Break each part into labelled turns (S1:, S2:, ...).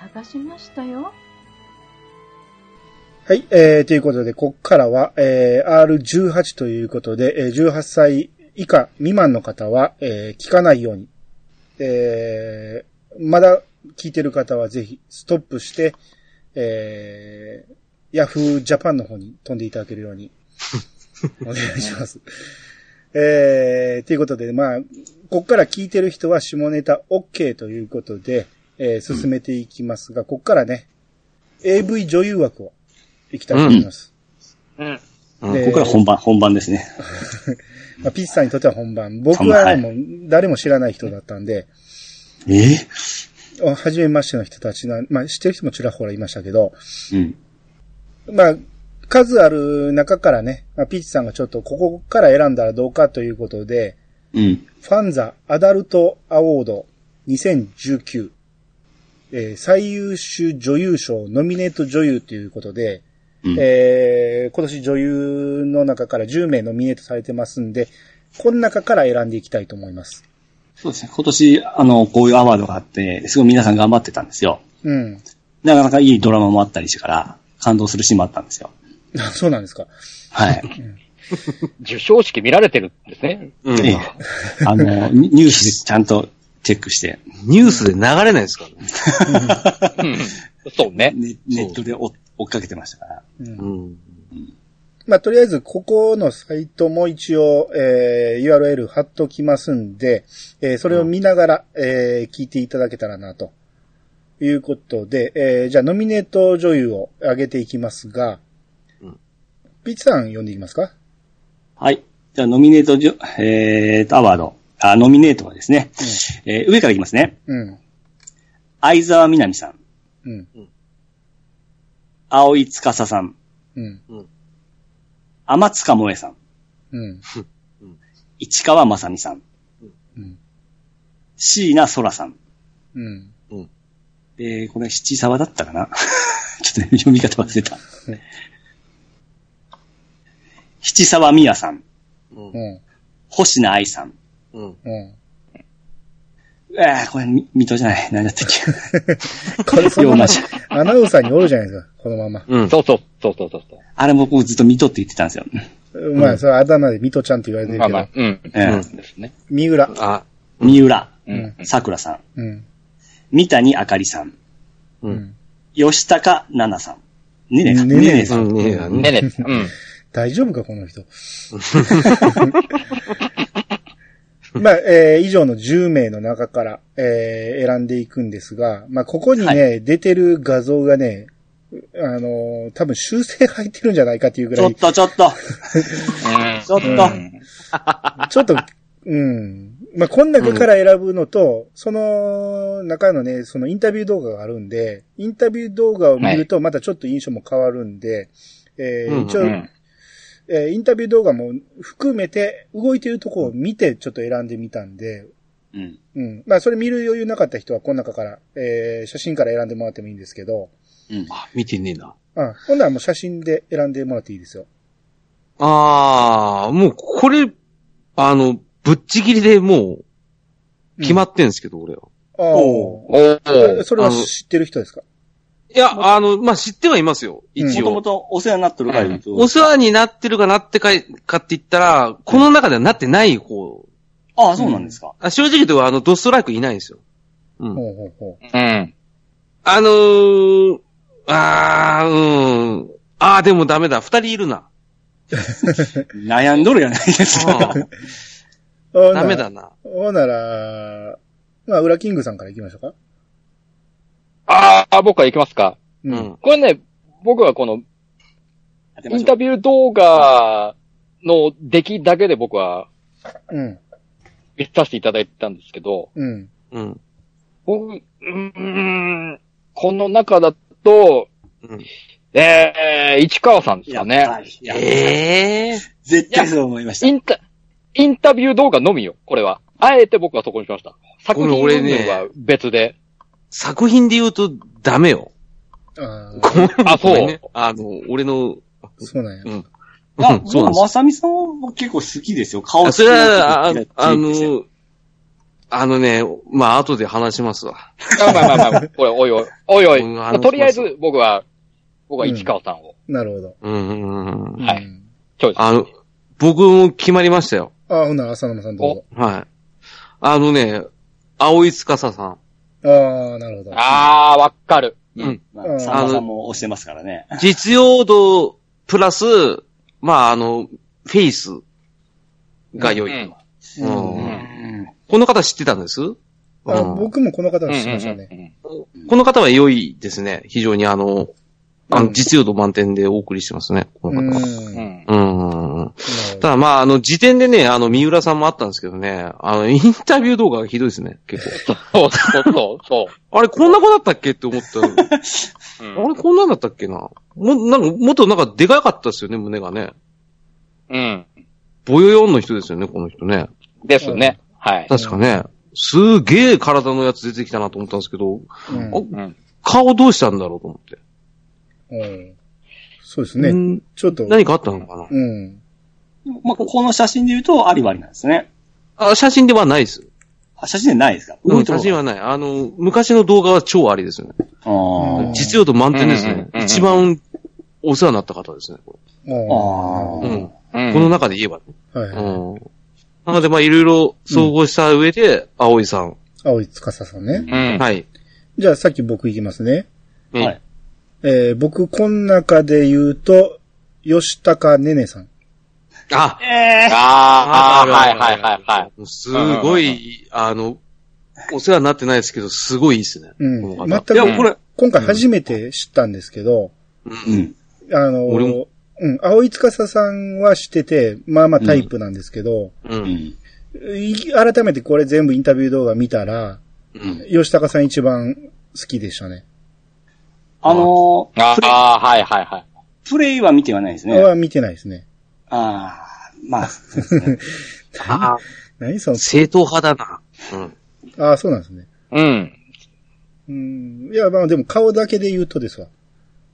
S1: 探しましたよ。
S2: はい、えー、ということで、こっからは、えー、R18 ということで、えー、18歳以下未満の方は、えー、聞かないように。えー、まだ聞いてる方はぜひ、ストップして、えー、Yahoo Japan の方に飛んでいただけるように、お願いします。えー、ということで、まあ、こっから聞いてる人は下ネタ OK ということで、えー、進めていきますが、こっからね、AV 女優枠を行きたいと思います。
S3: うん。
S4: うん
S2: えー
S4: ここから本番、本番ですね。
S2: まあ、ピッチさんにとっては本番。僕
S4: は
S2: はいもう誰も知らない人だったんで、
S4: え
S2: あ初めましての人たちの、まあ知ってる人もちらほらいましたけど、
S4: えうん。
S2: まあ、数ある中からね、まあ、ピッチさんがちょっとここから選んだらどうかということで、
S4: うん。
S2: ファンザアダルトアワード2019、えー最優秀女優賞ノミネート女優ということで、
S4: うん
S2: えー今年女優の中から10名ノミネートされてますんで、この中から選んでいきたいと思います。
S4: そうですね。今年、あの、こういうアワードがあって、すごい皆さん頑張ってたんですよ。
S2: うん。
S4: なかなかいいドラマもあったりしてから、感動するシーンもあったんですよ。
S2: あそうなんですか。
S4: はい。
S3: 受賞式見られてるんですね。
S5: うん。
S4: ええあの、ニニュースでちゃんとチェックして、
S5: ニュースで流れないですからね。
S3: うん。そうね。
S4: ネネットで追追っかけてましたから。
S2: うん
S5: うん。
S2: まあ、とりあえず、ここのサイトも一応、えー、URL 貼っときますんで、えーそれを見ながら、えー聞いていただけたらな、ということで、えーじゃあ、ノミネート女優を上げていきますが、
S5: うん
S2: ピッツさん呼んでいきますか
S4: はい。じゃあ、ノミネートじょ、えーと、アワード。あ、ノミネートはですね。えー上からいきますね。
S2: うん。
S4: 相沢みなみさん。
S2: うん。
S4: 青井つかささん。
S2: うん。
S4: 天塚萌えさん。
S2: うん。
S4: 市川正美さん。
S2: うん。
S4: 椎名空さん。
S2: うん。
S4: えー、これは七沢だったかな ちょっと読み方忘れた。七沢美也さん。
S5: うん。
S2: うん。
S4: 星名愛さん。
S5: うん。
S2: うん。
S4: えー、これ、み、水戸じゃない。何だったっけ。
S2: これ、その
S4: よう
S2: ま
S4: な
S2: ま、アナウンサーにおるじゃないですか、このまま。
S5: うん。
S3: そうそう、そうそうそうそ
S4: あれ僕ずっと水戸って言ってたんですよ。
S2: まあ、それはあだ名でミトちゃんって言われてる
S3: う。まあ
S2: けど
S3: まあ、、うん。
S4: えー
S5: うん
S3: ですね。
S2: 三浦。
S5: あ、
S4: 三浦、
S3: うん。
S4: 桜さん、
S2: うん。
S4: 三谷あかりさん、
S5: うん。
S4: 吉高奈々さん、ねねか、
S2: ね
S4: ね
S2: ね
S4: ね
S5: う
S4: さん、
S5: ん。ねえ、ね
S3: ねね、 うん。
S2: 大丈夫か、この人。 まあ、えー以上の10名の中から、えー選んでいくんですが、まあ、ここにね、
S4: は
S2: 出てる画像がね、あのー多分修正入ってるんじゃないかっていうぐ
S4: ち
S2: ら
S4: ょっ
S2: い、
S4: とちょっと、ちょっと、
S2: ちょっと、うん。まあ、こん中から選ぶのと、その中のね、そのインタビュー動画があるんで、インタビュー動画を見るとまたちょっと印象も変わるんで、えー一応、
S3: うん。うん。
S2: えーインタビュー動画も含めて、動いてるとこを見て、ちょっと選んでみたんで、
S4: うん、
S2: うん。まあ、それ見る余裕なかった人は、この中から、えー写真から選んでもらってもいいんですけど、
S4: うん、
S5: あ、見てねえな。
S2: うん。今度はもう写真で選んでもらっていいですよ。
S5: ああ、もうこれ、あの、ぶっちぎりでもう、決まってんすけど、俺は。
S2: ああ。
S4: お
S3: おー
S2: えそれは
S5: あの
S2: 知ってる人ですか
S5: いや、あの、まあ、知ってはいますよ、
S2: うん
S5: 一
S4: もとも
S5: 応。
S4: とお世話になってるから言うと、
S5: お世話になってるかなってかい、かって言ったら、この中ではなってない方。
S4: ああ、そうなんですか。
S5: あ正直言うと、あの、ドストライクいないんですよ。うん。
S2: ほうほうほ
S3: うん。
S5: あのー、あー、うん。あー、でもダメだ。二人いるな。
S4: 悩んどるやないですか。
S2: う。ほうなら
S5: ダメ。だな。
S2: ほうなら、まあ、裏キングさんから行きましょうか。
S3: ああ、僕から行きますか。
S2: う。
S5: うんん。
S3: これね、僕はこの
S4: 当て
S3: イ
S4: ま
S3: ン
S4: しょ
S3: タ
S4: う
S3: ビュー動画の出来だけで僕は
S2: うん。
S3: 見させていただいたんですけど、
S2: うん。
S5: うん。
S3: 僕、うーん、この中だと、
S5: うん
S3: えー、市川さんです
S4: や
S3: か
S4: っ
S3: ね。
S4: ぱり、やっぱり
S5: ええ
S4: 絶対そう思いました。
S3: インタ、インタビュー動画のみよ、これは。あえて僕はそこにしました。作品
S5: これ俺
S3: 云
S5: ね
S3: 々は別で。
S5: 作品で言うとダメよ。
S2: ああ、
S3: あ、
S5: ご
S3: そう。
S5: めんねあの、俺の、
S2: そうなんや。
S5: うん。
S4: いや、
S5: うんそうなん
S4: 僕
S5: で
S4: まさみさんは結構好きですよ。顔
S5: す。あ
S4: 好き
S5: それは、ああ、あ、の、あのね、まあ、後で話しますわ。
S3: あまあまあまあ、これ、おいおい、おいおい、
S5: うん
S3: ま
S5: あ
S3: あ
S5: の
S3: とりあえず僕は、僕は市川さんを、
S2: なるほど。
S5: うんうんうん。
S3: はい
S2: うん。
S3: チョイス。
S5: あの、僕も決まりましたよ。
S2: あ、ほな、浅沼さんどう
S5: はい。あのね、青井司さん。
S2: ぞ。ああ、なるほど。
S3: あー、わかる。
S5: うん。
S4: まあ、さんまさんも押してますからね。
S5: 実用度、プラス、まあ、あの、フェイスが良い。
S3: うん
S5: うん
S2: うん
S5: この方知ってたんです
S2: あ
S5: うん
S2: 僕もこの方
S3: うん
S2: が知
S3: うん
S2: ってましたね。
S3: うん
S5: この方は良いですね。非常にあの、あ
S2: う
S5: の
S2: ん
S5: 実用度満点でお送りしてますね。こ
S2: うん。な
S5: の方は。
S3: うんう
S2: る
S3: ん。
S5: うん。うん
S2: ほ
S5: た
S2: ど
S5: だまあ、あの、時点でね、あの、三浦さんもあったんですけどね、あの、インタビュー動画がひどいですね、結
S3: そうそうそうそ
S5: 構。あれ、こんな子だったっけって思った。あ
S3: う。う
S5: れ、
S3: ん
S5: こんなんだったっけな。も、なんか、もっとなんかでかかったですよね、胸がね。
S3: うん。
S5: ボヨヨンの人ですよね、この人ね。
S3: ですね。はい。
S5: 確かね。すげえ体のやつ出てきたなと思ったんですけど、
S2: うん
S5: お
S3: うん。
S5: 顔どうしたんだろうと思って。
S2: うんそうです
S5: う
S2: ね。
S5: ん
S2: ちょっと。
S5: 何かあったのかな
S2: うん。
S4: まあ、ここの写真で言うと、ありはありなんですね。
S5: あ、写真ではないです。
S4: あ写真でないですか
S5: う
S4: 動い
S5: ん、
S4: て
S5: 写
S4: る
S5: 真はない。あの、昔の動画は超ありですね。
S4: あ
S2: うん
S4: あ。
S5: 実用度満点です
S3: うんうん
S5: ね
S3: うんう。ん
S5: 一番お世話になった方ですね。こ
S2: あ
S4: あ
S5: れ
S4: ー
S5: うん。
S3: うん
S5: この中で言えばね。
S2: あ。はいはい。
S5: うん。なので、まあ、いろいろ総合した上で、青井さん。
S2: 青い司さんね。
S3: うん。
S5: はい。
S2: じゃあさっき僕いきますね。
S5: ね
S4: はい
S2: えー僕、こん中で言うと、吉高ねねさん。
S5: あ、
S4: ええ
S3: あー、はいはいはいはい。
S5: すごい、あの、お世話になってないですけど、すごいいいですね。
S2: うん
S5: この方
S2: 全く
S5: いや、これ、
S2: 今回初めて知ったんですけど、
S5: うん
S4: うん。
S2: あの
S5: 俺
S2: ー
S5: も、
S2: うん、青い司さんは知ってて、まあまあタイプなんですけど、
S5: う。
S4: うんん。
S2: い改めてこれ全部インタビュー動画見たら、
S5: うん。
S2: 吉高さん一番好きでしたね。
S4: あのー、プレイ、
S3: あー、はいはいはい。
S4: プレイは見てはないですね。あ
S2: は見てないですね。
S4: あー、まあ、 そうですね
S5: ああ、
S2: 何その、
S5: 正統派だな。うん。
S2: ああ、そうなんですね。
S3: うん。
S2: うん、いや、まあでも顔だけで言うとですわ。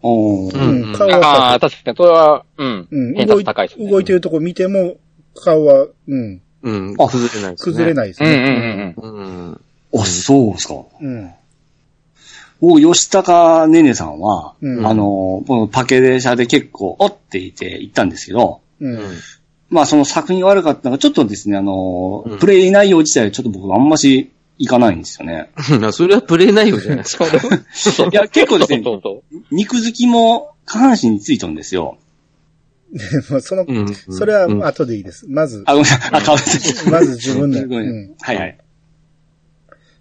S4: おー
S5: うん
S2: うん、顔
S3: あ
S2: は
S3: あ、、確かに、それは、うん。
S2: うん、
S3: 偏
S2: 動
S3: 差
S2: い
S3: 高いですね。
S2: 動いてるとこ見ても、顔は、うん、
S5: うん。
S4: あ
S5: 崩れないですね。
S2: 崩れ
S5: い。
S2: ないです
S3: うんうん
S2: ね。
S3: うん
S5: うん。
S4: あ、そうですか。
S2: うん。
S4: 僕、吉高ねねさんは、
S2: うん
S4: あのー、このパケレ社で結構、おっていて行ったんですけど、
S2: う。
S5: うんん。
S4: まあ、その作品が悪かったのが、ちょっとですね、あのー
S5: うん
S4: プレイ内容自体、ちょっと僕、あんまし、いかないんですよね。
S5: まあそれはプレイ内容じゃないですか。
S3: う
S4: い
S3: ん。
S4: や結構ですね
S3: そうそう
S4: 肉付きも、下半身についてるんですよ。
S2: ま あその、
S5: うん
S2: それは
S5: うん
S2: 後でいいです。まず、
S4: あ、ごめんなさい。あ、かわいそう。
S2: まず自 分の。う
S4: ごめん
S2: ん。
S4: はいはい。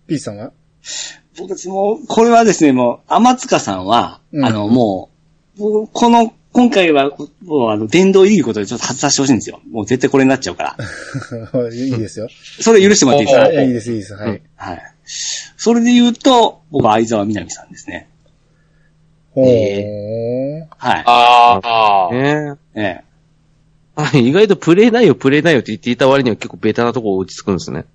S2: P さんは
S4: 僕たちも、これはですね、もう、天塚さんは、
S2: うん
S4: あの、もう、もうこの、今回は、もう、あの、殿堂入りことでちょっと外させてほしいんですよ。もう絶対これになっちゃうから。
S2: いいですよ。
S4: それ許してもらっていいです
S3: お
S4: か
S3: う
S2: いやいいです、いいです。は
S5: う
S2: い
S5: ん。
S4: はい。それで言うと、僕は相沢みなみさんですね。
S2: ほ
S4: はい。
S3: あーあー。
S5: ね
S4: ええ。
S5: あ意外とプレイ内容、プレイ内容って言っていた割には結構ベタなとこ落ち着くんですね。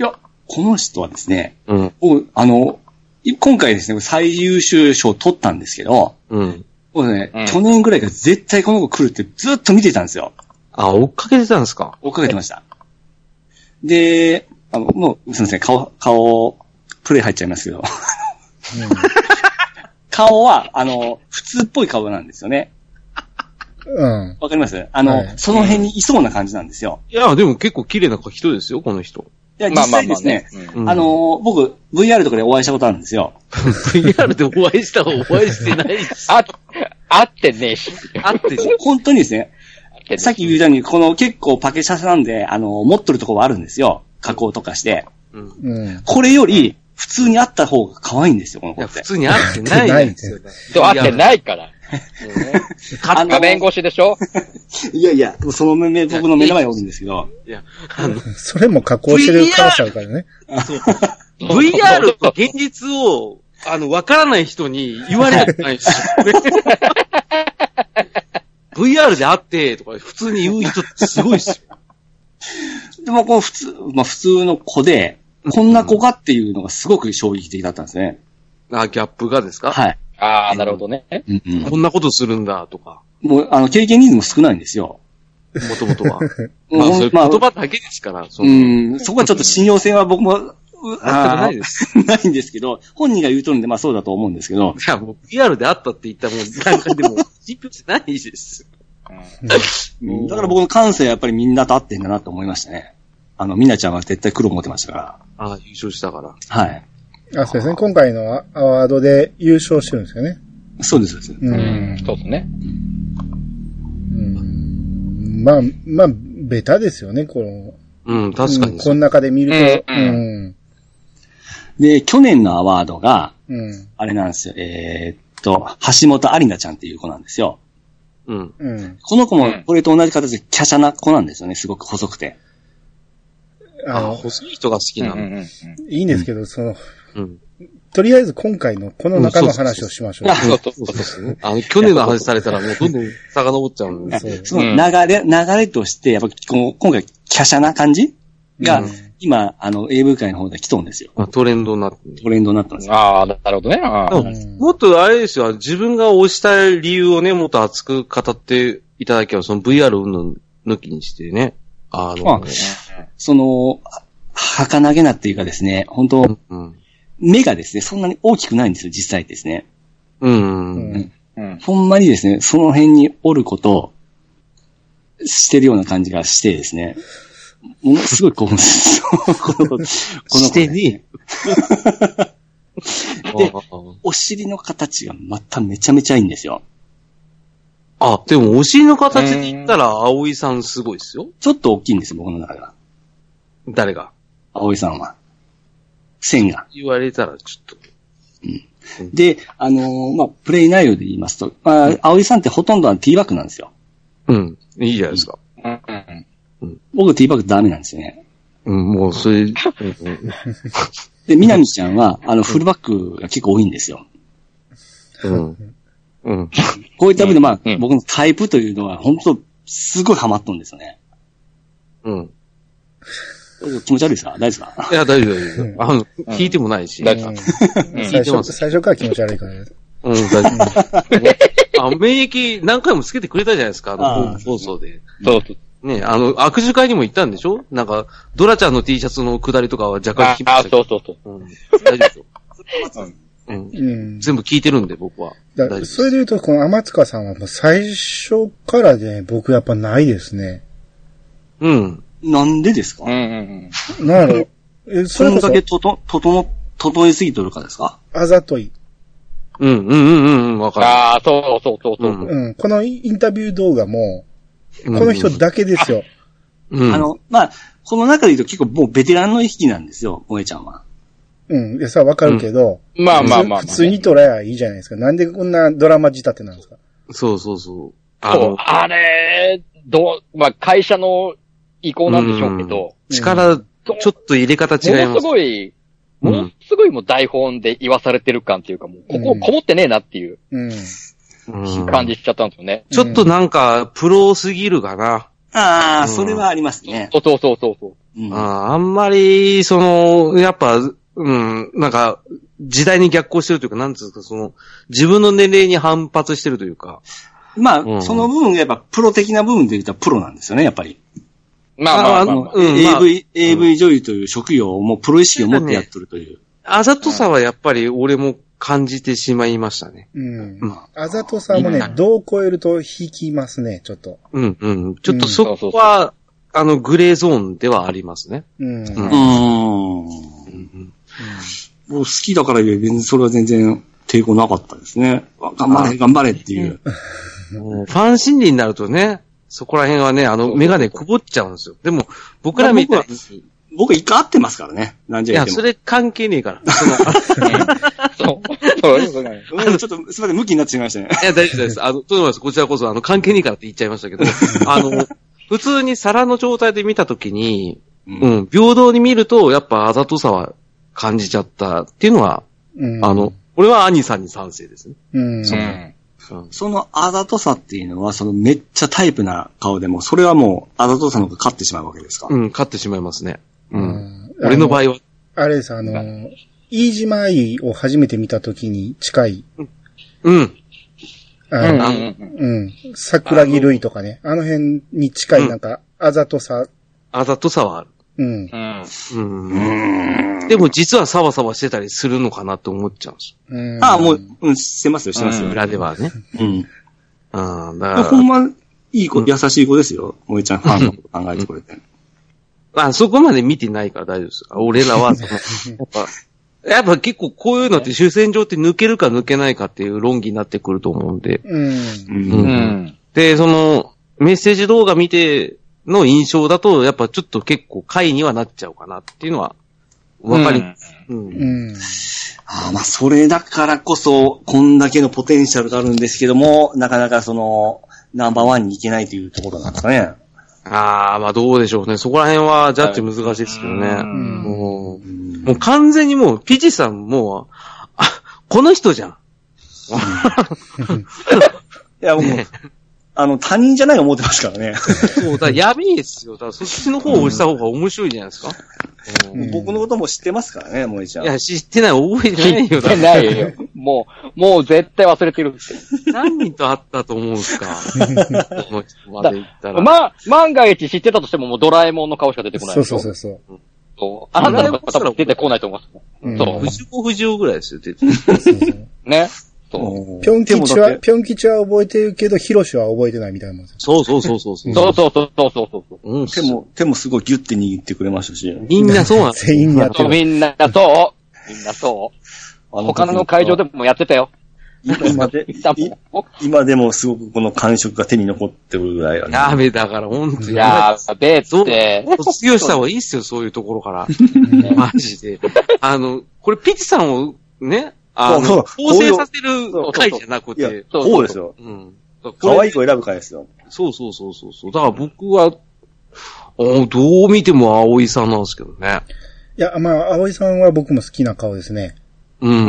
S4: いや、この人はですね、
S5: うん。
S4: 僕、あの、い今回ですね、最優秀賞を取ったんですけど、
S5: うん。
S4: 僕ね、
S3: うん
S4: 去年ぐらいから絶対この子来るってずっと見てたんですよ。
S5: あ、追っかけてたんですか。
S4: 追っかけてました。で、あの、もう、すみません、顔、顔、プレイ入っちゃいますけど。 顔は、あの、普通っぽい顔なんですよね。
S2: う。うん。
S4: わかりますあの、
S2: はい
S4: その辺にいそうな感じなんですよ。
S5: いや、でも結構綺麗な人ですよ、この人。
S4: いや、実
S3: まあま
S4: 際
S3: あ
S4: で
S3: まあ
S4: すね
S3: ね、。うん
S5: うん
S4: あの、僕、VR とかでお会いしたことあるんですよ。
S5: VR でお会いしたらお会いしてないし。
S3: あ、あってねえし。
S5: あってし。
S4: 本当にですね、
S3: あってねえし
S4: さっき言ったように、この結構パケシャなんで、あの、持っとるとこはあるんですよ。加工とかして。
S5: うん。い
S2: うん。
S4: これより、普通にあった方が可愛いんですよ、この子
S5: や、
S4: っ
S5: 普
S4: て。
S5: 通に会ってないですよ。
S3: そう、あって
S5: い。
S3: ないから。
S4: あの
S3: 画面越しでしょ
S4: いやいや、その目、僕の目の前におるんですけど。
S5: いや、あの、
S2: それも加工してるからちゃうからね。
S5: VR と現実を、あの、わからない人に言われたくない ですよね。VR であって、とか、普通に言う人ってすごいっすよ。
S4: でも、この普通、まあ普通の子で、こんな子かっていうのがすごく衝撃的だったんですね。
S5: あ、ギャップがですか、
S4: はい。
S3: ああ、なるほどね。
S4: うんうん
S5: こんなことするんだ、とか。
S4: もう、あの、経験人数も少ないんですよ。
S5: もともとは。
S4: うん
S5: まあ、それ
S4: まあ
S5: 言葉だけですから、その
S4: うん、そこはちょっと信用性は僕も、う
S5: あっても ない
S4: ー
S5: です。
S4: ないんですけど、本人が言うとるんで、まあそうだと思うんですけ
S5: い
S4: ど、
S5: や、もう PR であったって言ったらもう、なんかでも、信憑性ないです。
S4: うんだから僕の感性はやっぱりみんなと合ってんだなと思いましたね。あの、みなちゃんは絶対黒持ってましたから。
S5: ああ、優勝したから。
S4: はい。
S2: あ、そうですね。今回のアアワードで優勝してるんですよね。
S4: そうです、そうです。
S2: う
S3: うんん。。そうですね。
S2: うんまあ、まあ、ベタですよね、この。
S5: うん、確か
S2: うん
S5: に。
S2: この中で見ると。
S3: う
S2: うん
S3: ん。
S4: で、去年のアワードが、
S2: うん。
S4: あれなんですよ、えーっと、橋本有奈ちゃんっていう子なんですよ。
S5: うん。
S2: うん。
S4: この子
S3: う
S4: も
S3: ん、
S4: これと同じ形で華奢な子なんですよね、すごく細くて。
S2: あ
S5: ああ、
S2: の、
S5: 細い人が好き
S3: うん
S5: な
S3: うん
S5: の。
S3: うんうん
S2: いいんですけど、その、
S5: うん。
S2: とりあえず今回のこの中の話をしましょう。
S3: そうそう
S5: そうですね。 あの、去年の話されたらもうどんどん遡っちゃうんで。
S2: そう
S4: その流れ、流れとして、やっぱこの今回、華奢な感じが、
S2: うん
S4: 今、あの、AV 界の方で来とんですよ。
S5: まあトレンドになってる。
S4: トレンドになったんですよ。
S3: ああ、なるほどね。ああ
S2: ん
S5: もっとあれですよ、自分が推したい理由をね、もっと熱く語っていただけば、その VR 云々抜きにしてね。あの、
S4: あその、は儚げなっていうかですね、本当
S5: うん。
S4: 目がですね、そんなに大きくないんですよ、実際ですね。
S5: うん。うん
S2: うん
S3: うん。
S4: ほんまにですね、その辺におることを、してるような感じがしてですね。ものすごい興奮する。このこの
S5: してね
S4: で
S5: あ
S4: お尻の形がまためちゃめちゃいいんですよ。
S5: あ、でも、お尻の形で言ったら、葵さんすごいですよ。
S4: ちょっと大きいんですよ、僕の中では。
S5: 誰が。
S4: 葵さんは。線が。
S5: 言われたら、ちょっと。
S4: で、あのーまあ、プレイ内容で言いますと、まあ、葵さんってほとんどはティーバックなんですよ。
S5: うん。いいじゃないですか。
S3: うんうん
S4: 僕ティーバックダメなんですよね。
S5: うん、もう、それ、うん
S4: で、みなみちゃんは、あの、フルバックが結構多いんですよ。
S5: うん。うん。
S4: こういった部分で、まあ
S3: う、ん
S4: 僕のタイプというのは、本当すごいハマっとんですよね。
S5: うん。
S4: 気持ち悪いですか大丈夫ですか
S5: いや、大丈夫、大丈夫。あの、聞いてもないし。
S3: 大
S5: う
S3: 丈夫
S5: ん聞
S2: 最
S5: いてま
S2: 初、
S5: す
S2: 最初から気持ち悪いから。
S5: ん、大丈 夫。あ、免疫何回もつけてくれたじゃないですか、あ
S4: あ
S5: の、
S4: ー
S5: 放送で。
S3: そうそう。
S5: ねあの、握手会にも行ったんでしょなんか、ドラちゃんの T シャツのくだりとかは若干
S3: あ
S5: 聞きまし
S3: あ、
S5: たけど。
S3: そうそうそう。
S5: うん。大丈夫ですよ。うん。
S2: うん。
S5: 全部聞いてるんで、僕は。大丈夫
S2: だ
S5: で
S2: そ
S5: す。
S2: れで言うと、この天塚さんはもう最初からで、僕やっぱないですね。
S5: うん。
S4: なんでですか
S3: うんうん
S2: なんやろ。え、そ
S4: そ
S2: れ
S4: れ
S2: こそ
S4: だ、けとと、整、整えすぎとるからですか
S2: あざとい。
S5: うん、うん、うん、うんうん、わ
S3: うん。
S5: か
S3: ああ、そうそうそうそうう。
S2: うん。このインタビュー動画も、
S5: る。
S2: この人だけですよ。
S5: うん、
S4: あの、まあ、この中で言うと結構もうベテランの引きなんですよ、萌えちゃんは。
S2: うん。いや、さ、わかるけど、
S3: まあまあまあまあ。
S2: 普通に捉えばいいじゃないですか。なんでこんなドラマ仕立てなんですか。
S5: そうそうそう。あ
S3: そう
S5: の、
S3: あれ、どう、まあ会社の意向なんでしょうけど、
S5: 力、ち
S3: ち
S5: ょ
S3: ょ
S5: っと入れ方違い
S3: も
S5: ま
S3: のす
S5: す。
S3: ごい、
S5: うん
S3: ものすごいもう台本で言わされてる感っていうか、もうこここもってねえなっていう
S2: うん。
S5: うん
S3: 感じしちゃったんですよね。
S5: ちょっとなんか、プロすぎるかな。
S4: ああ、
S5: うん
S4: それはありますね。
S3: そうそうそうそうそう。
S4: うん
S5: あーあんまり、その、やっぱ、うん、なんか、時代に逆行してるというか、なんつうんですか、その、自分の年齢に反発してるというか。
S4: まあ、
S5: うん
S4: その部分がやっぱプロ的な部分で言ったらプロなんですよね、やっぱり。
S3: まあまあまあまあ。
S5: うんまあ
S4: AV、AV 女優という職業をもうプロ意識を持ってやっとるという。
S5: あざとさはやっぱり俺も感じてしまいましたね。
S2: うん
S5: うん。
S2: あざとさもね、どう超えると引きますね、ちょっと。
S5: うんうん。ちょっとそこは、あの、グレーゾーンではありますね。
S2: うん。
S5: ん
S4: うーん。もう好きだから言え、全然それは全然抵抗なかったですね。わ頑張れ、頑張れっていう。
S5: もうファン心理になるとね、そこら辺はね、あの、メガネくぼっちゃうんですよ。でも、僕らみたいに、い
S4: 僕は一回会ってますからね、なんじゃ
S5: や、
S4: 言っ
S5: そ
S4: ても。
S5: れ関係ねえから。そ の
S3: そう。そういうことない。
S4: うんちょっと、すみません、向きになってしまいましたね。
S5: いや、大丈夫です。あの、とんでもないです。こちらこそ、あの、関係ねえからって言っちゃいましたけ ど、あの、普通に皿の状態で見たときに、う
S4: うん
S5: ん、平等に見ると、やっぱあざとさは感じちゃったっていうのは、
S2: うん。
S5: あの、、俺は兄さんに賛成ですね。
S2: うん。うん
S5: う
S3: う。
S5: ん
S4: そのあざとさっていうのは、そのめっちゃタイプな顔でも、それはもうあざとさの方が勝ってしまうわけですか。
S5: うん、勝ってしまいますね。うん。
S2: ん
S5: 俺の場合は、
S2: あれです、あの、飯島愛を初めて見たときに近い、
S5: うん。
S2: あの
S3: うんうん
S2: うん。桜木類とかね。あの辺に近いなんか、あざとさ。
S5: あざとさはある。
S2: うん。
S3: うん。うん。
S5: うん。でも実はサバサバしてたりするのかなって思っちゃうんです
S2: うん、
S4: ああ、もう、うん、してますよ、してます
S5: よ。
S4: よ。
S5: 裏ではね。
S4: うん。
S5: うん。だか
S4: ほん
S5: ら、
S4: ま、いい子、優しい子ですよ。萌えちゃんファンのこと考えてくれて。
S5: まあそこまで見てないから大丈夫です。俺らは、そのやっぱ、やっぱ結構こういうのって主戦場って抜けるか抜けないかっていう論議になってくると思うんで。
S2: うん。
S5: う
S3: うんん。
S5: で、その、メッセージ動画見ての印象だと、やっぱちょっと結構回にはなっちゃうかなっていうのは、わかり、うん
S2: うん。
S4: ああ、まあ、それだからこそ、こんだけのポテンシャルがあるんですけども、なかなかその、ナンバーワンに行けないというところなんですかね。
S5: ああ、まあどうでしょうね。そこら辺はジャッジ難しいですけどね。
S3: うん
S5: もう
S4: うん
S5: もう完全にもう、ピチさんもう、あ、この人じゃん。
S4: いや、もう、あの、他人じゃないと思ってますからね。
S5: そう、 だからやべえですよ。だからそっちの方を押した方が面白いじゃないですか。うん
S2: うん
S4: 僕のことも知ってますからね、萌えちゃん。
S5: いや、知ってない、覚えてないよ。だ
S3: 聞いてないよ。もう、もう絶対忘れてるって。
S5: 何人と会ったと思うんですか。この人まで行ったら。
S3: まあ、万が一知ってたとしても、もうドラえもんの顔しか出てこない。
S2: そうそうそうそう。
S3: そう。あなたの顔多分出てこないと思いま
S2: うん
S3: そう
S5: 藤子不二雄ぐらいですよ、出て
S2: そうそう
S3: す。ね。そう。
S2: ぴょん
S4: でも
S2: 吉
S4: だっ
S2: は、
S4: て
S2: ぴょん吉は覚えてるけど、ヒロシは覚えてないみたいなもんです
S5: そうそうそうそうそう。
S3: そうそうそうそうそうそう。
S5: うん、
S4: 手も、手もすごいギュッて握ってくれましたし。
S5: みんなそうなんで す
S2: 全員やって
S3: そ う
S2: る。
S3: みんなそう。みんなそう。
S4: あ時
S3: 他の会場でもやってたよ。
S4: 今 で、
S3: いたもん
S4: い今でもすごくこの感触が手に残ってるぐらいはね。
S5: やべ、だから、ほんと
S3: いや
S5: や
S3: ー、べー
S5: そう
S3: って。
S5: 卒業した方がいいっすよ、そういうところから。
S2: ね
S5: マジで。あの、これ、ピチさんをね、あ
S4: そうそ
S5: の、
S4: う
S5: 構成させる会じゃなく
S4: いや
S5: て、、
S3: そうそう
S4: そうですよ。
S5: うん。
S4: 可愛い
S5: こ
S4: 子選ぶ会ですよ。
S5: れそうそうそうそうそう。だから僕は、おどう見ても葵さんなんですけどね。
S2: いや、まあ、葵さんは僕も好きな顔ですね。
S5: うん。
S2: う
S3: う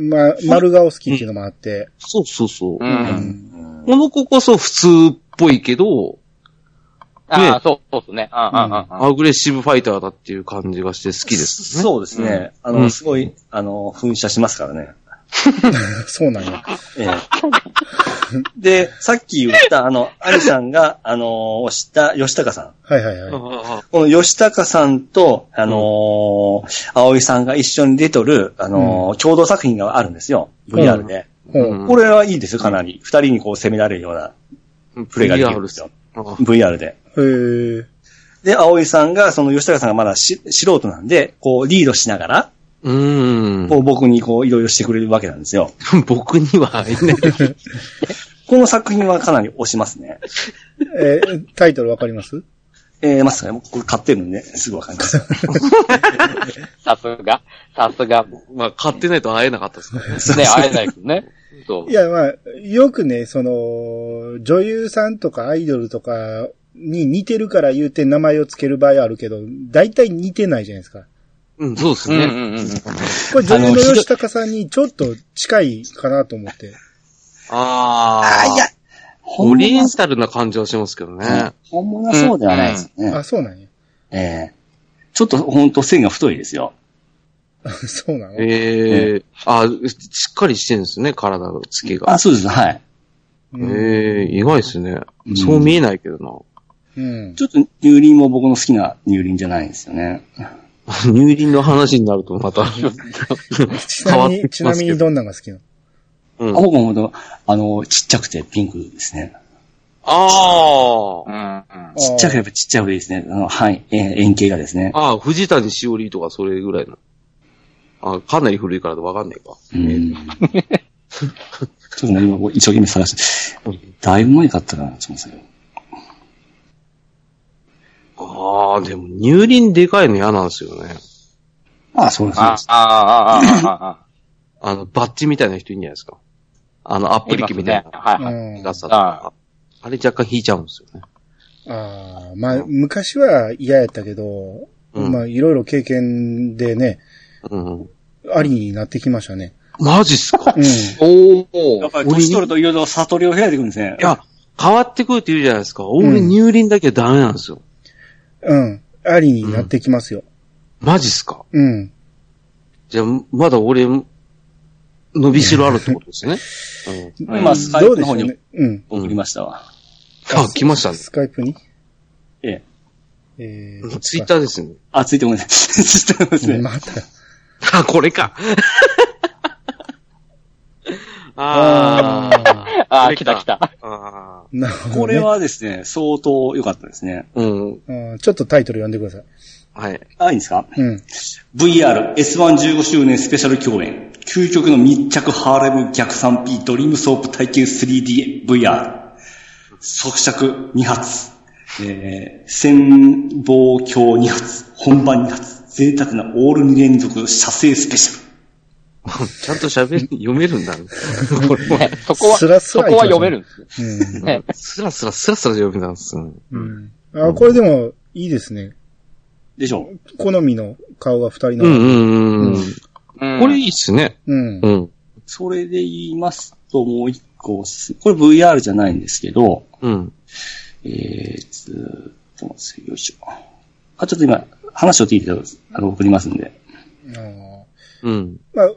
S3: ん
S2: ん。まあ、丸顔好きっていうのもあって。
S5: そうそうそう。
S4: う
S3: う。
S4: んん
S5: この子こそ普通っぽいけど、
S3: ああ、そうそうですね。うんうんうんうん。
S5: アグレッシブファイターだっていう感じがして好きです、ね。
S4: そうですね。あ
S5: う
S4: の、
S5: ん
S4: すごい、あの、噴射しますからね。
S2: そうなんや。
S4: ええ。 で、さっき言った、あの、アリさんが、あの、押した、吉高さん。
S2: はいはいはい。
S5: ああ
S4: この吉高さんと、あのー葵さんが一緒に出とる、あのー共同作品があるんですよ。VR で。
S2: ほう
S5: うん
S4: これはいいですよ、かなり。二人にこう攻められるようなプレイができるんですよ。
S5: VR
S4: VR で。
S2: へえ。
S4: で、葵さんが、その吉高さんがまだし素人なんで、こうリードしながら、
S5: うーん。
S4: こう僕にこういろいろしてくれるわけなんですよ。
S5: 僕にはいない。
S4: この作品はかなり押しますね。
S2: えー、タイトルわかります
S4: えー、まさか、これ買ってるんで、すぐわかります。
S3: さすが。さすが。
S5: まあ、買ってないと会えなかったですからね。
S3: ね、会えないですね。そう
S2: い。や、まあ、よくね、その、女優さんとかアイドルとかに似てるから言うて名前を付ける場合あるけど、大体似てないじゃないですか。
S5: うん、そうです
S3: うんう
S5: ね。
S3: んうんうん。
S2: これ女優の吉高さんにちょっと近いかなと思って。
S5: あ
S4: あ
S5: あ。
S4: ー、いや、
S5: オ
S4: ほん
S5: リエ
S4: ま
S5: ン、タルな感じはしますけどね。
S4: 本物はそうではないですよね。
S2: あ、そうなんや。
S4: ええちょっと本当線が太いですよ。
S2: そうなの
S5: ええあしっかりしてるんですね、体のつきが
S4: あ、。そうです、はい。
S2: う
S5: え
S2: ん
S5: え意外ですね
S4: う。ん
S5: そう見えないけ ど
S2: うん。
S4: ちょっと乳輪も僕の好きな乳輪じゃないんですよね。
S5: な。乳輪の話になるとまた。
S2: ち
S5: 変
S2: な
S5: わっ
S2: み
S5: て
S2: に、ち
S5: きま
S2: な
S5: す
S2: み
S5: け
S2: に
S5: ど。
S2: どんなんが好きなの
S5: うん
S4: あ、僕も本当、あの、ちっちゃくてピンクですね。
S5: あ
S3: う
S5: あ。
S3: んうん。
S4: ちっちゃければちっちゃいほどいいですね。あの、はい、えー円形がですね。
S5: ああ、藤谷しおりとかそれぐらいの。あかなり古いからわかんないか。
S4: うん。ちょっとね、今こう一生懸命探して、だいぶ前買ったかな、すみません。
S5: ああ、でも乳輪でかいの嫌なんですよね。
S4: あ、そうです。そう
S3: あ
S4: です
S3: あ、ああ、ああ、 あ
S5: あの、バッジみたいな人いるんじゃないですか。あの、ア
S3: あ。
S5: ップリケみたい
S3: ね。
S5: な。
S3: はいはい。
S2: うん
S5: ガサとか。あれ若干引いちゃうんですよね。
S2: ああ、まあ、昔は嫌やったけど、
S5: うん
S2: まあ、いろいろ経験でね、
S5: うん。
S2: ありになってきましたね。
S5: マジっすか
S2: うん。
S3: お
S4: やっ
S3: お。
S4: ぱり年取るといろいろ悟りを開いてくるんですね。
S5: いや、変わってくるって言うじゃないですか。
S2: う
S5: 俺
S2: ん
S5: 乳輪だけはダメなんですよ。
S2: うん。ありになってきますよ。
S5: マジっすか
S2: うん。
S5: じゃあ、まだ俺、伸びしろあるってことですね。うん。
S4: 今、まあスカイ
S2: どうで
S4: プの
S2: しょ
S4: 方
S2: う
S4: に
S2: ね。うん。
S4: 送りましたわ。
S5: あ、来ましたね。
S2: スカイプに
S4: え
S2: え
S4: え。
S5: ツイッターですね。
S4: あ、ついてごめんなさい。 ついてごめんなさい
S2: ー、また。
S5: あ、これか。 あー
S3: あ
S5: こ
S3: ー、
S5: れ
S3: 来た来た。
S5: あ
S2: なるほど、ね。
S4: これはですね、相当良かったですね。
S5: ー。うん。
S2: うんちょっとタイトル読んでください。
S5: はい。
S4: あ、いいんですか
S2: うん。
S4: ?VR S115 周年スペシャル共演。究極の密着ハーレム逆 3P ドリームソープ体験 3DVR。即尺2発。えー、潜望鏡2発。本番2発。贅沢なオール2連続射精スペシャル。
S5: ちゃんと喋る、読めるんだね。 これも、
S3: ね そこは、
S2: スラス
S3: そ
S2: ラ
S3: こは読めるんですね。
S2: う
S3: ね
S5: スラスラスラスラ読めたんですよね。
S2: ん。うん。あ、これでも、いいですね。
S4: でしょ
S2: 好みの顔が二人
S5: うん
S2: の。
S5: うんうん。
S3: うん
S5: これいいっすね。
S2: うん。
S5: う。ん。
S4: それで言いますと、もう一個す、これ VR じゃないんですけど、
S5: うん。
S4: えー、ずーっと待ってください、よいしょ。あ、ちょっと今、話を聞いてたあの、送りますんで。
S2: あー
S5: うん。
S2: まあ、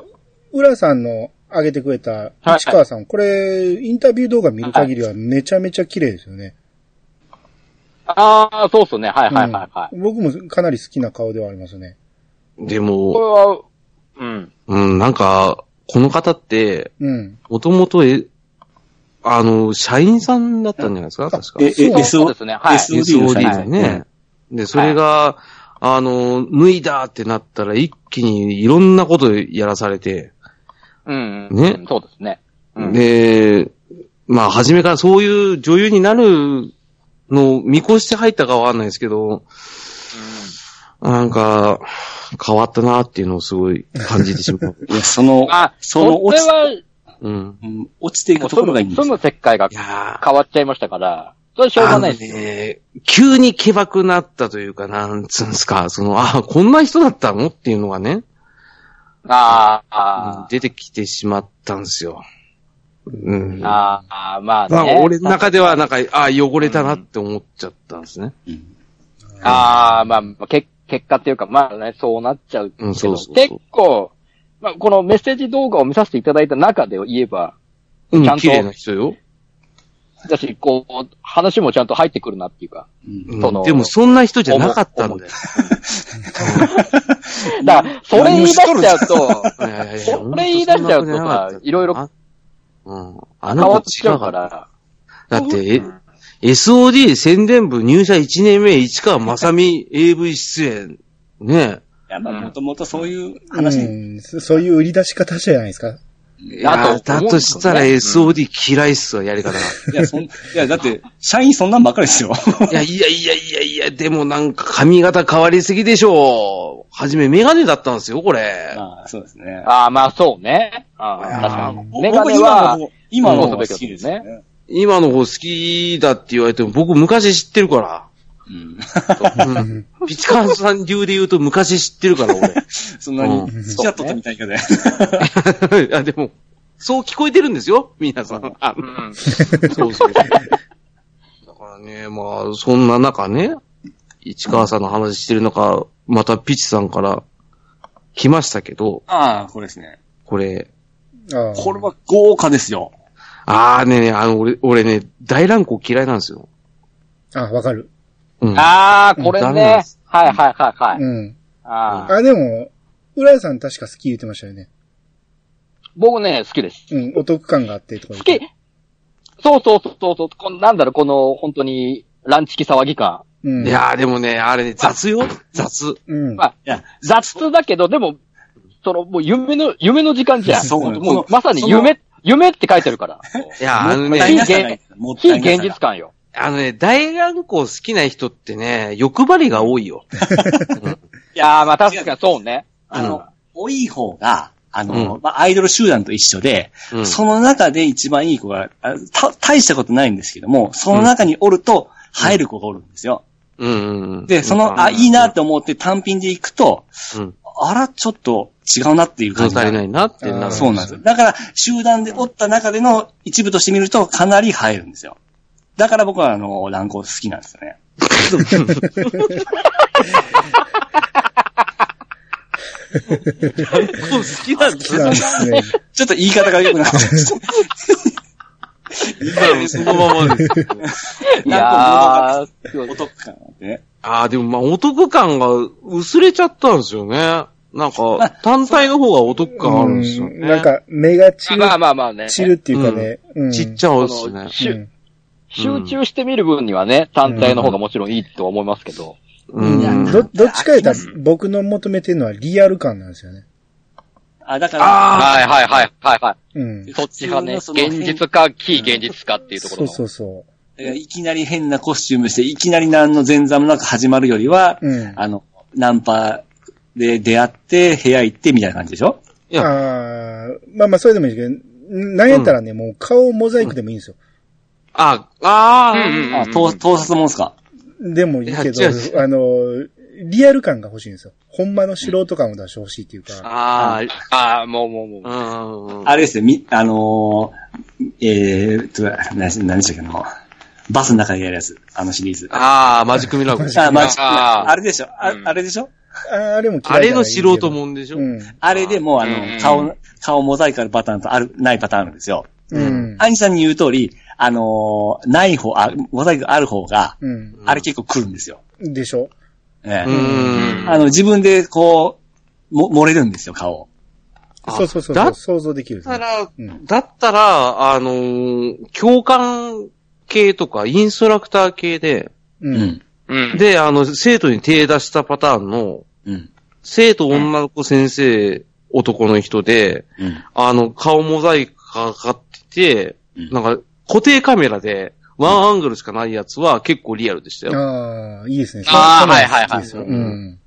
S2: 浦さんの上げてくれた市川さん、これ、インタビュー動画見る限りはめちゃめちゃ綺麗ですよね。
S3: ああ、そうっすね。はいはいはいはい。
S2: うん僕もかなり好きな顔ではありますね。
S5: で
S3: これ
S5: も、
S3: は、うん。
S5: うん、なんか、この方って、
S2: うん。
S5: もともと、え、あの、社員さんだったんじゃないですか確か。
S4: え、え、
S2: そう
S4: SO
S3: そうですねはい
S4: SOD の社
S5: SOD
S4: 員
S5: だよね。で、それが、あの、脱いだってなったら一気にいろんなことやらされて、
S3: うん、うん。
S5: ね
S3: うんそうですね。うん、
S5: で、まあ、初めからそういう女優になるのを見越して入ったかはわかんないですけど、なんか、変わったなっていうのをすごい感じてしまう。
S4: いや、その
S3: うん、あ、
S4: そ
S3: そ
S4: の
S3: れ
S4: 落ち、
S3: は、
S5: うん。
S4: うん落ちていく
S3: もう
S4: ところがいいん
S3: 住
S4: で
S3: む
S4: すよ
S3: 住む世界が
S5: いや
S3: 変わっちゃいましたから、それはしょうがないですよ。
S5: あのね急にけばくなったというか、なんつうんすか、その、あ、こんな人だったのっていうのがね、
S3: あーあー、
S5: 出てきてしまったんですよ。うん。ま
S3: ああ、まあね。
S5: あ、俺の中では、なんか、あ汚れたなって思っちゃったんですね。
S3: ああ、まあ、まあ、け結果っていうか、まあね、そうなっちゃうけど、
S5: うんそうそうそう
S3: 結構、まあ、このメッセージ動画を見させていただいた中で言えば、
S5: うん、
S3: ちゃんと
S5: 綺麗な人よ。
S3: だし、こう、話もちゃんと入ってくるなっていうか。
S4: うん
S3: その
S5: でも、そんな人じゃなかったんだよ。
S3: だから、それ言い出しちゃうと、
S5: いやいやいや
S3: それ言い出しちゃうとさいろい。
S5: 本当そんなことじゃなかったうん。あ
S3: ろ変
S5: の
S3: わっ
S5: 子
S3: ちゃうか
S5: 違う
S3: ら、
S5: だって、え SOD 宣伝部入社1年目、市川正美 AV 出演。ね
S4: いや、まあ、
S3: うん
S4: もともとそういう話に、
S2: うんそそういう売り出し方じゃないですか。
S5: え。だ
S3: だと思うんですよね
S5: としたら
S3: うん
S5: SOD 嫌いっすわ、やり方 が。
S4: いや、そん、いや、だ って、社員そんなんばっかりですよ。
S5: いや、いやいやいやいや、でもなんか髪型変わりすぎでしょう。はじめメガネだったんですよ、これ。
S4: まあ、そうですね。
S3: ああ、まあそうね。あ
S5: いや
S3: あ、
S5: ー
S3: 確かに。
S4: 僕
S3: メガネ
S4: 今の、
S3: は
S4: 方、今の方
S3: うん
S4: が好きですよね。
S5: 今の方好きだって言われても、僕昔知ってる から。
S4: うん。
S5: うん、ピチカンさん流で言うと昔知ってるから、 俺。
S4: そんなに、好きだったみたいな言い方で。
S5: いや、でも、そう聞こえてるんですよ、皆さん。あ
S3: うん
S5: そうそう。だからね、まあ、そんな中ね、市川さんの話してる中、またピチさんから来ましたけど、
S4: ああ、これですね。
S5: これ、
S2: ああ
S4: これは豪華ですよ。
S5: あーねえねえ、あの、俺、俺ね、大乱行嫌いなんですよ。
S2: あ、わかる。
S5: うん。
S3: ああ、これ
S5: ダメなんで。
S3: ねはいはいはいはい。
S2: うん。
S3: ああ
S2: あ、でも、浦さん確か好き言ってましたよね。
S3: 僕ね、好きです。
S2: うん、お得感があってとか言
S3: 好
S2: って
S3: き。そうそうそうそうそうこの。なんだろう、この、本当に、ランチキ騒ぎ感。
S2: うん。
S5: いやーでもね、あれね、雑よ雑。
S2: うん。
S3: まあ
S4: いや、
S3: 雑だけど、でも、その、もう夢の、夢の時間じゃん。
S4: そう
S3: もう
S4: その
S3: まさに夢、夢って書いてるから。
S5: いやーあの
S4: もったい
S5: ね
S4: な、さがもった
S3: 非
S4: いな
S3: 現
S4: さ
S3: 実
S4: が
S3: 感よ。
S5: あのね、大乱行好きな人ってね、欲張りが多いよ。
S3: いやー、まあ確かにそうね。
S4: あの、多い方が、あの、
S5: うん
S4: まあ、アイドル集団と一緒で、
S5: うん
S4: その中で一番いい子があた、大したことないんですけども、その中におると、入る子がおるんですよ。
S5: うんうんうん。
S4: で、その、あ、いいなって思って単品で行くと、
S5: うん。
S4: あら、ちょっと違うなっていう感
S5: 物
S4: じ
S5: 足り
S4: が。
S5: ないなってなる。
S4: そうなんです。だから、集団でおった中での一部として見ると、かなり入るんですよ。だから僕は、あの、乱行好きなんですよね。
S5: 好きなん
S2: 好きなんですね。
S4: ちょっと言い方が良くなかった。
S5: だ。そのままです。
S3: いやー、すごい
S4: お得感なんでね。
S5: ああ、でもまあ、お得感が薄れちゃったんですよね。なんか、単体の方がお得感あるんですよ
S2: う
S5: ね。
S2: んなん、か、目が散る、
S3: まあまあまあね。
S2: 散るっていうかね。うん
S5: ちっちゃいですね。
S3: しゅ
S2: うん
S3: 集中してみる分にはね、単体の方がもちろんいいと思いますけど。
S5: うん。
S2: ど、どっちか言ったら、僕の求めてるのはリアル感なんですよね。
S4: あ、だから、
S3: はいはいはいはいは
S2: うん
S3: い。。そっち派ね、
S4: 普通のその
S3: 現実か、非現実かっていうとこ
S2: そ
S3: ろ
S2: う
S3: の。
S2: そうそ
S4: だからいきなり変なコスチュームして、いきなり何の前座もなく始まるよりは、
S2: う。うん。
S4: あの、ナンパで出会って、部屋行ってみたいな感じでしょ
S5: いや
S2: あーまあまあ、それでもいいけど、なんやったらね、もう顔モザイクでもいいんですよ。
S5: あ、あ
S3: うん
S5: ー
S3: うん
S4: あ、盗盗撮もんっすか
S2: でもいいけ
S5: いや違う違
S2: ど、あの、リアル感が欲しいんですよ。ほんまの素人感を出してほしいっていうか。
S5: あー
S3: ああ、もうもうもう。
S5: うん
S4: あれですよ、み、あのー、えーっと、な何でしたっけなバスの中でやるやつ、あのシリーズ。
S5: あー、マジックミラーク。
S4: あ、マジ
S3: あー
S4: あれでしょあ,、
S3: うん
S4: あれでしょ
S2: ああれも嫌いじゃ
S5: あ
S2: ない
S5: れの素人もんでしょ、
S2: うん。
S4: あれでも、あの、
S3: うん
S4: 顔、顔モザイクあるパターンとある、ないパターンあるんですよ。
S2: うん。
S4: アニさんに言う通り、あのーない方、あ、モザイクある方が、
S2: うん。
S4: あれ結構来るんですよ。
S2: でしょ
S4: え
S5: う
S4: え
S5: ん。
S4: あの、自分でこう、も、漏れるんですよ、顔。
S5: あ
S2: そうそうそう
S5: だ
S2: そう。
S5: っ
S2: 想像できる。
S5: たら、
S2: うん
S5: だったら、あのー教官系とかインストラクター系で、
S2: う。
S4: うんん。
S3: うん。
S5: で、あの、生徒に手出したパターンの、
S4: うん。
S5: 生徒女の子先生、男の人で、
S4: うん。
S5: あの、顔モザイクかかってて、
S4: うん
S5: なんか、固定カメラで、ワンアングルしかないやつは結構リアルでしたよ。
S2: ああ、いいですね。
S3: あ
S2: そうう
S3: ー
S2: の好きですよ
S5: はいはいはい
S2: うん。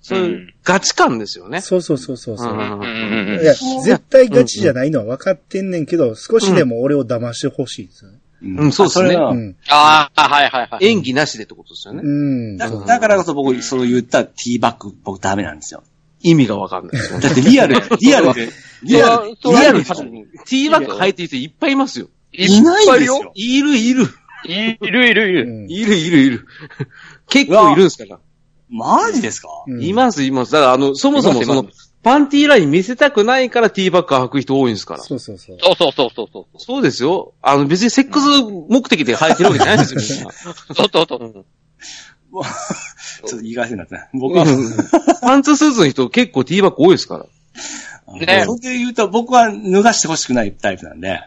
S5: そういうガチ感ですよね。
S2: そうそうそうそうそう。
S5: うん
S3: うんうん
S2: いや、絶対ガチじゃないのは分かってんねんけど、少しでも俺を騙してほしいんですよね。
S5: うんそうですね
S4: れは
S2: うん。
S3: ああ、はいはいはい。
S5: 演技なしでってことですよね。
S2: うん。
S4: だ
S2: そう
S4: だからこそ僕、そう言ったティーバッグ、僕ダメなんですよ。
S5: 意味がわかんないですよね。
S4: だって リアル、リアルで、リアルで、リアルで
S3: それはそれは
S5: ティーバッグ履いてる人いっぱいいますよ。
S4: いないん
S3: ぱ
S4: です
S3: よ
S4: よ。
S5: いるいる。
S3: いるいるいる。
S5: いるいるいる。結構いるんですから。
S4: マジですか
S2: うん
S5: いますいます。だからあの、そもそもそ
S3: い
S5: の
S3: ま、
S5: パンティーライン見せたくないからティーバッグ履く人多いんですから。
S2: そうそうそう。
S3: そうそうそうそうそう。
S5: そうですよ。あの、別にセックス目的で履いてるわけじゃないんですよ、
S3: そうそうそう。
S5: みんな。
S4: もうちょっと言い返せになってない。僕
S5: う
S4: は、
S5: んパンツスーツの人結構ティーバッグ多いですから。
S3: ね
S4: それで言うと僕は脱がしてほしくないタイプなんで。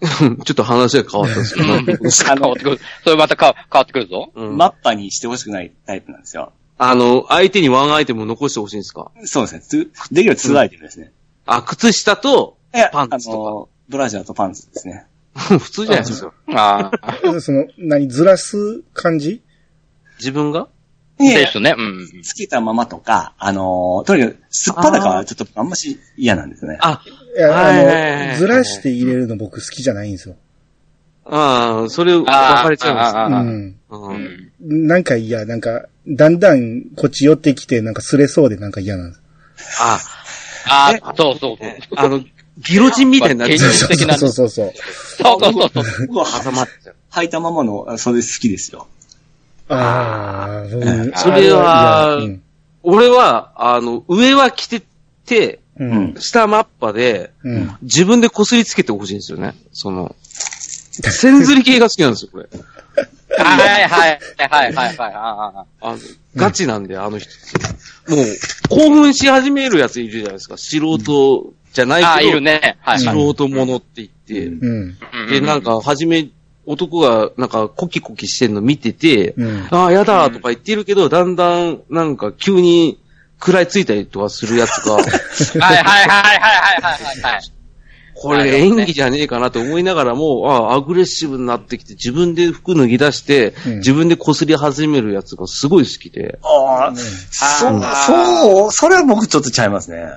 S5: ちょっと話が変わったんですけど。
S4: あ
S3: 変わ
S4: の
S3: って、くる。それまたか変わってくるぞ。
S5: うん
S4: マッパにしてほしくないタイプなんですよ。
S5: あの、相手にワンアイテムを残してほしいんですか
S4: そうですねツー。できればツーアイテムですね。
S5: あ、靴下と、
S4: いや
S5: パンツとか
S4: あの、ブラジャーとパンツですね。
S5: 普通じゃないですか。
S3: ああ。
S2: その、何、ずらす感じ
S5: 自分が
S3: ですね。うん。
S4: つけたままとか、あのーとにかく、すっぱだかはちょっとあんまし嫌なんですね。
S5: あ、
S2: いや、
S5: はいはいはい
S2: あの、ずらして入れるの僕好きじゃないんですよ。
S5: ああ、それ分かれちゃうんです
S3: あ
S5: か
S3: ー
S2: うん。
S5: う
S3: うんん。
S2: なんか嫌、なんか、だんだんこっち寄ってきて、なんか擦れそうでなんか嫌なんです。
S5: あ、
S3: ああ、そうそうそう。
S5: あの、ギロチンみたいになっちゃう。
S3: 素敵な
S2: そうそうそう。
S3: そうそうそうそう。
S4: 僕は
S5: 挟まっちゃう。
S4: 履いたままの、それ好きですよ。
S2: ああ、うん
S5: それは
S2: あれ嫌
S5: 俺は、あの、上は着てて、
S2: うん。
S4: うん。
S5: 下マッパで、
S2: うん。うん
S5: 自分で擦りつけてほしいんですよね。その、線ずり系が好きなんですよ、これ。
S3: はいはいはいはいはい。ああ
S5: あの、ガチなんで、あの人って。もう、興奮し始めるやついるじゃないですか。素人じゃないけど、
S3: ああ、いるね。はいはい。
S5: 素人ものって言って。
S4: うん
S2: うん。
S5: で、なんか、はじめ、男が、なんか、コキコキしてんの見てて、
S2: うん
S5: ああ、やだーとか言ってるけど、だんだん、なんか、急に、食らいついたりとかするやつが、
S3: はいはいはいはいはいはいはい。
S5: これ演技じゃねえかなと思いながらも、ああ、アグレッシブになってきて、自分で服脱ぎ出して、
S2: うん
S5: 自分で擦り始めるやつがすごい好きで、
S4: ああ、そう、そう、それは僕ちょっとちゃいますね。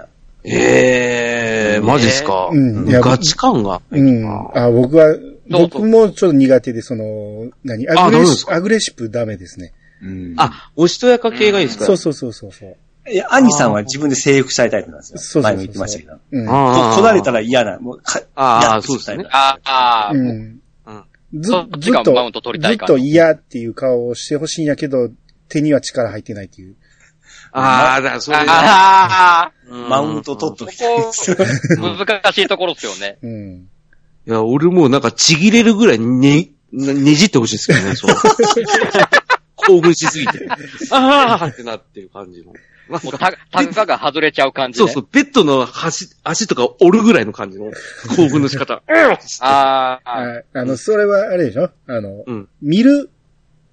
S5: ええー、マジっすか、
S2: うんいや
S5: ガチ感が。
S2: うん。あ、僕は、
S3: どうぞ
S2: 僕もちょっと苦手で、その、何アグ
S5: ど
S2: レ
S5: うです
S2: シ
S5: か
S2: アグレシブダメですね。
S4: うんあ、
S5: あ、おしとやか系がいいですか、
S2: そうそうそうそうそう。
S4: いや、アンニさんは自分で制服したいタイプなんですよ。
S2: そうそうそうそう
S4: 前も言ってましたけど。こ
S2: うん。
S5: ああ
S4: こられたら嫌な、もう、か、
S5: ああ
S4: 嫌っていうタイプ
S5: そうですね
S3: ああ、
S2: うん
S5: うん
S2: ず
S3: どっち
S2: ず
S3: が
S2: っと
S3: マウント取りた
S2: ずっ
S3: いかな
S2: と嫌っていう顔をしてほしいんやけど、手には力入ってないっていう。
S5: ああ、だからそれね、
S3: ああ、
S5: うん
S4: マウント取っと
S3: こ
S4: きたいですよね。
S3: こ、難しいところですよね。
S2: うん。
S5: いや、俺もうなんかちぎれるぐらいに、ねねじってほしいですけど ね、そう。興奮しすぎて。ああってなってる感じの。なん
S3: もう
S5: か
S3: た、たかが外れちゃう感じ
S5: そう
S3: ね。
S5: そう、ベッドの足、足とか折るぐらいの感じの興奮の仕方。
S3: ああ、
S2: ああの、それはあれでしょあの、
S5: うん
S2: 見る、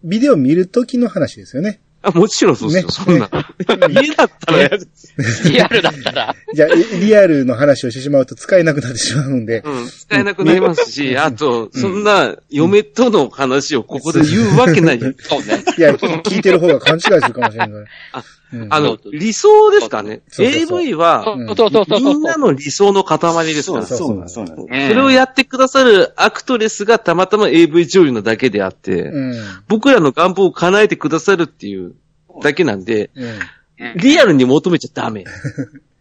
S2: ビデオ見るときの話ですよね。
S5: あ、もちろんそうですよ、
S2: ね
S5: そんな。家だったら嫌です。
S3: リアルだったら。
S2: じゃあ、 えリアルの話をしてしまうと使えなくなってしまうんで、
S5: うん、使えなくなりますし、あと、そんな嫁との話をここで言うわけない。
S3: そうね。
S2: いや、聞いてる方が勘違いするかもしれない。うん
S5: あの、理想ですからね。
S2: そうそうそう
S5: AV
S3: そ
S5: は、
S3: うそうそうそう。
S5: みんなの理想の塊ですから。
S2: そう
S4: なんそうなん
S5: そ
S3: うん
S5: れをやってくださるアクトレスがたまたま AV 女優なだけであって、
S2: うん。
S5: 僕らの願望を叶えてくださるっていうだけなんで、
S2: うん。
S5: リアルに求めちゃダ メ。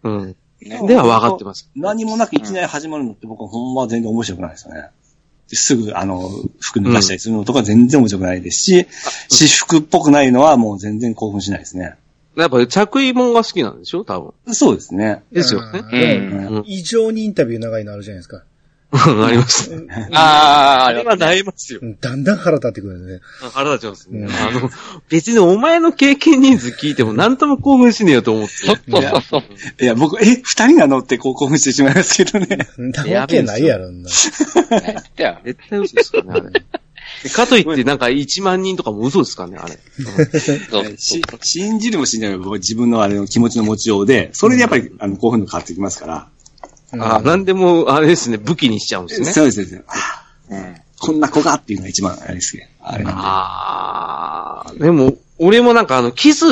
S5: うん。では分かってます。
S4: 何もなくいきなり始まるのって僕はほんまは全然面白くないですよね。すぐ、あの、服脱がしたりするのとか全然面白くないですし、私服っぽくないのはもう全然興奮しないですね。
S5: やっぱ着衣もんが好きなんでしょ多分。
S4: そうですね。
S5: ですよね
S2: あ。
S3: う
S2: ー
S3: ん。
S5: うん
S2: 異常にインタビュー長いのあるじゃないですか。
S5: ありますね。
S3: ああ、
S5: あ
S3: あ
S5: れ
S3: れ
S5: は
S3: は
S5: 悩みますよ。
S2: うんだんだん腹立ってくるよね。
S5: 腹立ちますね。
S2: うん
S5: あの、別にお前の経験人数聞いても何とも興奮しねえよと思って。
S3: そうそうそう。
S4: いや、僕、え、二人なのってこう興奮してしまいますけどね。
S2: んなわけないやろ、んな。
S3: だよ
S5: 絶対嘘ですからね、あ れ。かといってなんか1万人とかも嘘ですからね、あれ。
S3: そう
S4: し信じるも信じないも僕は自分のあれの気持ちの持ちようで、それでやっぱり、あの、興奮の変わってきますから。
S2: うん
S5: あなんでも、あれですね、武器にしちゃうんですね。
S4: そうですね。
S3: うん
S4: こんな子がっていうのが一番あれですね。あれなんで
S5: ああ、でも、俺もなんかあの、キス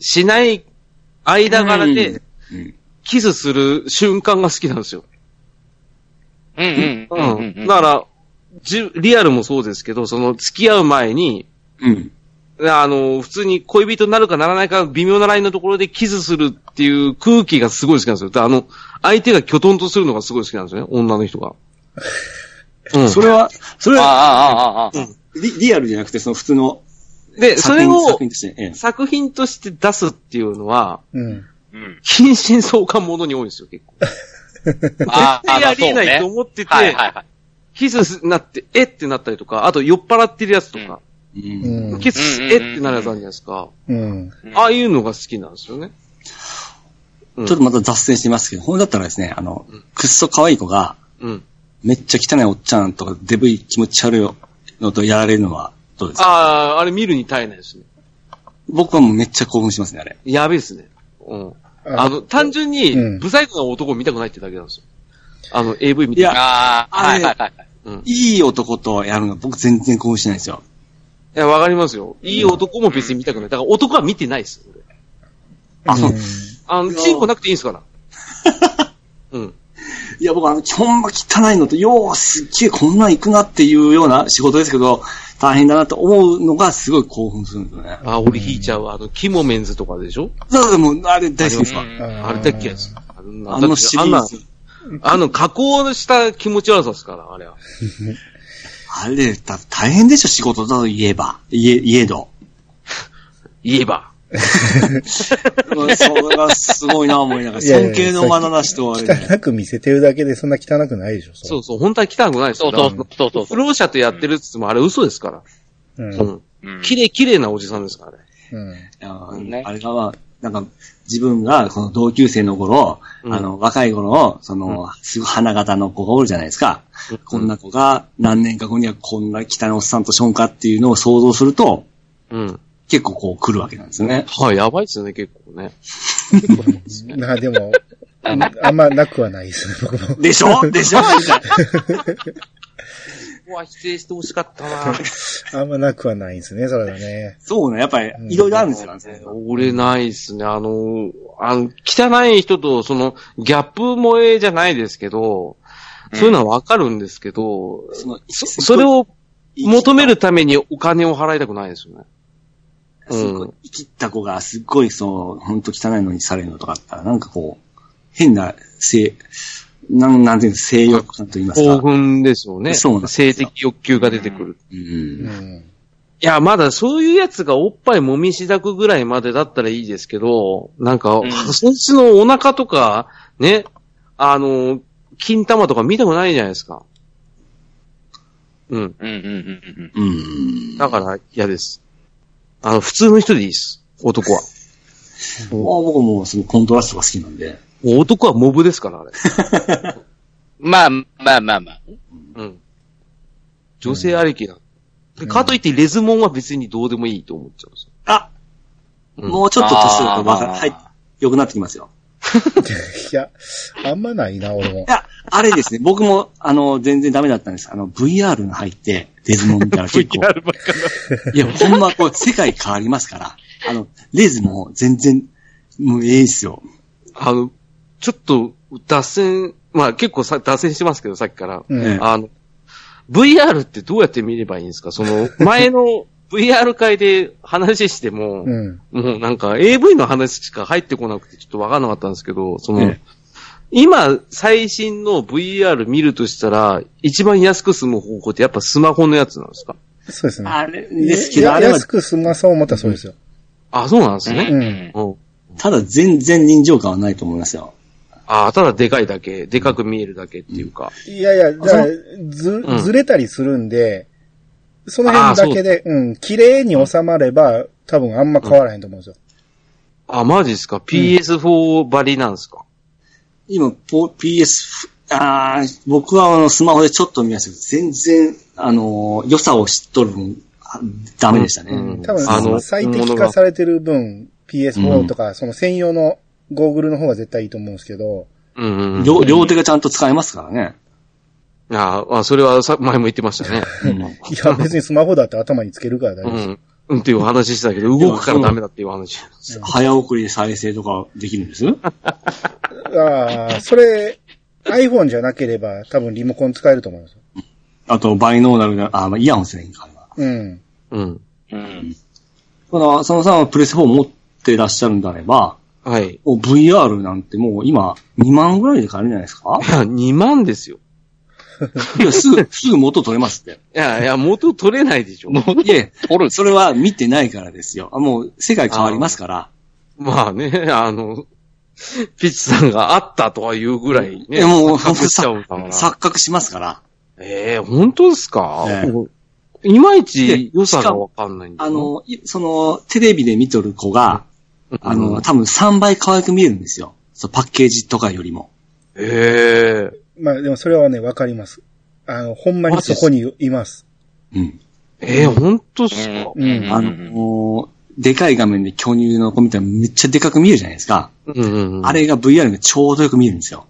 S5: しない間柄
S3: う
S5: で、
S4: うん
S5: キスする瞬間が好きなんですよ。
S3: うんう。
S5: うん。
S3: うんん。
S5: だから、じゅリアルもそうですけど、その、付き合う前に、
S4: うん。
S5: あの、普通に恋人になるかならないか微妙なラインのところでキスするっていう空気がすごい好きなんですよ。だからあの、相手がキョトンとするのがすごい好きなんですよね、女の人が。うん。
S4: それは、それ
S3: ああ、
S4: は
S3: ああ、ああ。
S4: リ、リアルじゃなくて、その普通の
S5: で、そ
S4: 作
S5: れ
S4: 品、
S5: を
S4: 作品として、ええ
S5: 作品として出すっていうのは、
S2: うん。
S3: うん。
S5: 近親相関ものに多いんですよ、結構。
S3: あ
S5: 絶対ありえないと思ってて、
S3: はいはいはい。
S5: キスなって、えってなったりとか、あと酔っ払ってるやつとか、
S4: うん
S2: うん。
S5: キス、
S3: うん
S5: えってなるやつあるじゃないですか。
S2: うん。
S3: うん
S5: ああいうのが好きなんですよね。うん
S4: ちょっとまた脱線してますけど、本当だったらですね、あの、くっそ可愛い子が、
S5: うん。
S4: めっちゃ汚いおっちゃんとか、デブい気持ち悪いのとやられるのは、どうですか
S5: ああ、あれ見るに耐えないですね。
S4: 僕はもうめっちゃ興奮しますね、あれ。
S5: やべえですね。うん。
S2: あ
S5: あの、単純に
S2: うん、
S5: ブサイクな男を見たくないってだけなんですよ。あの、AV 見
S4: い
S5: て。
S4: や
S3: ああ、はいはいはい。
S5: うん
S4: いい男とやるの、僕全然興奮しないんですよ。
S5: いや、わかりますよ。いい男も別に見たくない。だから男は見てないです。俺
S4: あの、
S5: あの、チンコなくていいんですから。 うん。
S4: いや、僕あの、ほんま汚いのと、よう、すっげえこんなん行くなっていうような仕事ですけど、大変だなと思うのがすごい興奮するんですよね。
S5: あ、俺引いちゃうわ。あの、キモメンズとかでしょ
S4: だからもう、あれ大好きですわ。
S3: うん
S5: あれだっけやつ。あんな
S4: あのシリーズ。
S5: あの、加工した気持ち悪さですから、あれは。
S4: あれ、だ大変でしょ、仕事だと言えば。言え、言えど。
S5: 言えば。
S4: うんそれがすごいな、思いながら。
S2: いやいや
S4: 尊敬の眼差しとあれで。
S2: 汚く見せてるだけでそんな汚くないでしょ、。
S5: そううそう、本当は汚くないです
S3: そ
S5: よ。
S3: うそう
S5: だから
S3: そうそうそ
S5: 不
S3: う。
S5: 老者とやってるっつっても、あれ嘘ですから。
S2: う。
S5: うんん。
S3: うん
S5: 綺麗綺麗なおじさんですからね。
S2: うん。
S4: うん
S3: ね
S4: あれが、まあなんか、自分が、この同級生の頃、
S5: うん
S4: あの、若い頃、その、すぐ花形の子がおるじゃないですか。こんな子が、何年か後にはこんな汚いおっさんとションかっていうのを想像すると、
S5: うん。
S4: 結構こう来るわけなんですよね。
S5: はい、やばいっすよね、結構ね。
S2: な、でも、うんあんまなくはないですね、僕も。
S4: で しょでしょみたいな
S5: ここは否定してほしかったな
S2: あんまなくはないですね、それはね。
S4: そうね、やっぱり、いろいろあるんですよ、ね。
S5: 俺ないっすね。あの、あの、汚い人と、その、ギャップ萌えじゃないですけど、そういうのはわかるんですけど、
S4: その
S5: そそれを求めるためにお金を払いたくないですよね。
S4: すごい、生きった子がすっごい、そう、ほんと汚いのにされるのとかあったら、なんかこう、変な、性、なん、なんていうの、性欲感と言います
S5: 興
S4: か。
S5: 奮ですよね。
S4: そうなんですよ
S5: 性的欲求が出てくる。
S4: う。
S2: うんん。
S5: いや、まだそういうやつがおっぱい揉みしだくぐらいまでだったらいいですけど、なんか、
S3: ん
S5: そっちのお腹とか、ね、あの、金玉とか見たくないじゃないですか。うん。
S3: うんうんうん
S4: うん。
S5: だから嫌です。あの、普通の人でいいです。男は。
S4: まあ僕もそのコントラストが好きなんで。
S5: もう男はモブですから、あれ。
S3: うん。まあ、まあまあまあ。
S5: うん。女性ありきだ。でかといってレズモンは別にどうでもいいと思っちゃうんですよ。
S4: あ、
S5: うん
S4: もうちょっと年取るとまた、
S3: あー
S4: はい、良くなってきますよ。
S2: いや、あんまないな、俺も
S4: い。や、あれですね、僕も、あの、全然ダメだったんです。あの、VR が入って、デズモン見たら結構、
S5: ばっか
S4: いや、ほんま、こう、世界変わりますから、あの、レズも全然、もうええっすよ。
S5: あの、ちょっと脱線、まあ結構さ脱線してますけど、さっきから。
S2: うん。
S4: ええ
S5: あの、VR ってどうやって見ればいいんですかそ の、前の VR 会で話しても、
S2: うん。
S5: もうなんか AV の話しか入ってこなくてちょっとわかんなかったんですけど、その、
S4: ええ
S5: 今、最新の VR 見るとしたら、一番安く済む方法ってやっぱスマホのやつなんですか
S2: そうですね。
S4: あれですけど、
S2: や
S4: あれは
S2: 安、く済まそう思ったらそうですよ。
S5: あ、そうなんですね。
S2: ん
S5: うん。
S4: ただ全然臨場感はないと思いますよ。
S5: ああ、ただでかいだけ、でかく見えるだけっていうか。
S2: いやいや、だから
S4: あ
S2: ず
S5: う、ん
S2: ずれたりするんで、その辺だけで、うん、綺麗に収まれば、多分あんま変わらへんと思うんですよ。
S5: あ、マジですか ?PS4 ばりなんですか、
S4: 今、ポ PS、あー僕はあの、スマホでちょっと見ましたけど、全然、あのー、良さを知っとる分、あダメでしたね。
S5: うん
S2: 多
S5: あの
S2: 分、最適化されてる分、PS4 とか、その専用のゴーグルの方が絶対いいと思うんですけ ど、
S5: うんうんうん。
S4: 両両手がちゃんと使えますからね。
S5: ああ、それはさ前も言ってましたね。
S2: いや、別にスマホだって頭につけるから大丈
S5: う
S2: 夫です。
S5: ん。うんっていう話してたけど、動くからダメだっていう話。
S4: 早送り再生とかできるんです
S2: ああ、それ、iPhone じゃなければ、多分リモコン使えると思います。
S4: あと、バイノーナルな、あ、まあ、イヤホンすればいいんか、あれは
S2: うん。
S5: うん。
S3: うん。
S4: この、浅野さんはプレス4持ってらっしゃるんであれば、
S5: はい。
S4: もう VR なんてもう今、2万ぐらいで買えるんじゃないです か
S5: 2万ですよ。
S4: いや、すぐ、すぐ元取れますって。
S5: いやいや、元取れないでしょ。
S4: いえ、
S3: 取る。
S4: それは見てないからですよ。あもう、世界変わりますから。
S5: まあね、あの、ピッチさんがあったとは言うぐらい
S4: い
S5: ね。
S4: や、もう、
S5: 錯覚しちゃ
S4: さ
S5: うんだから
S4: 錯覚しますから。
S5: ええ本当ですか、
S4: え
S5: いまいち良さがわかんないんだ
S4: あ
S5: よな、
S4: の、いその、テレビで見とる子が、
S5: うん
S4: あの、、多分3倍可愛く見えるんですよ。そう、パッケージとかよりも。
S5: ええ
S2: まあ、でもそれはね、わかります。あの、ほんまにそこにいます。
S4: うん。
S5: ええ本当っすか、
S3: うんうん
S4: あの、でかい画面で巨乳の子みたいなめっちゃでかく見えるじゃないですか。
S5: うんうんうん
S4: あれが VR がちょうどよく見えるんですよ。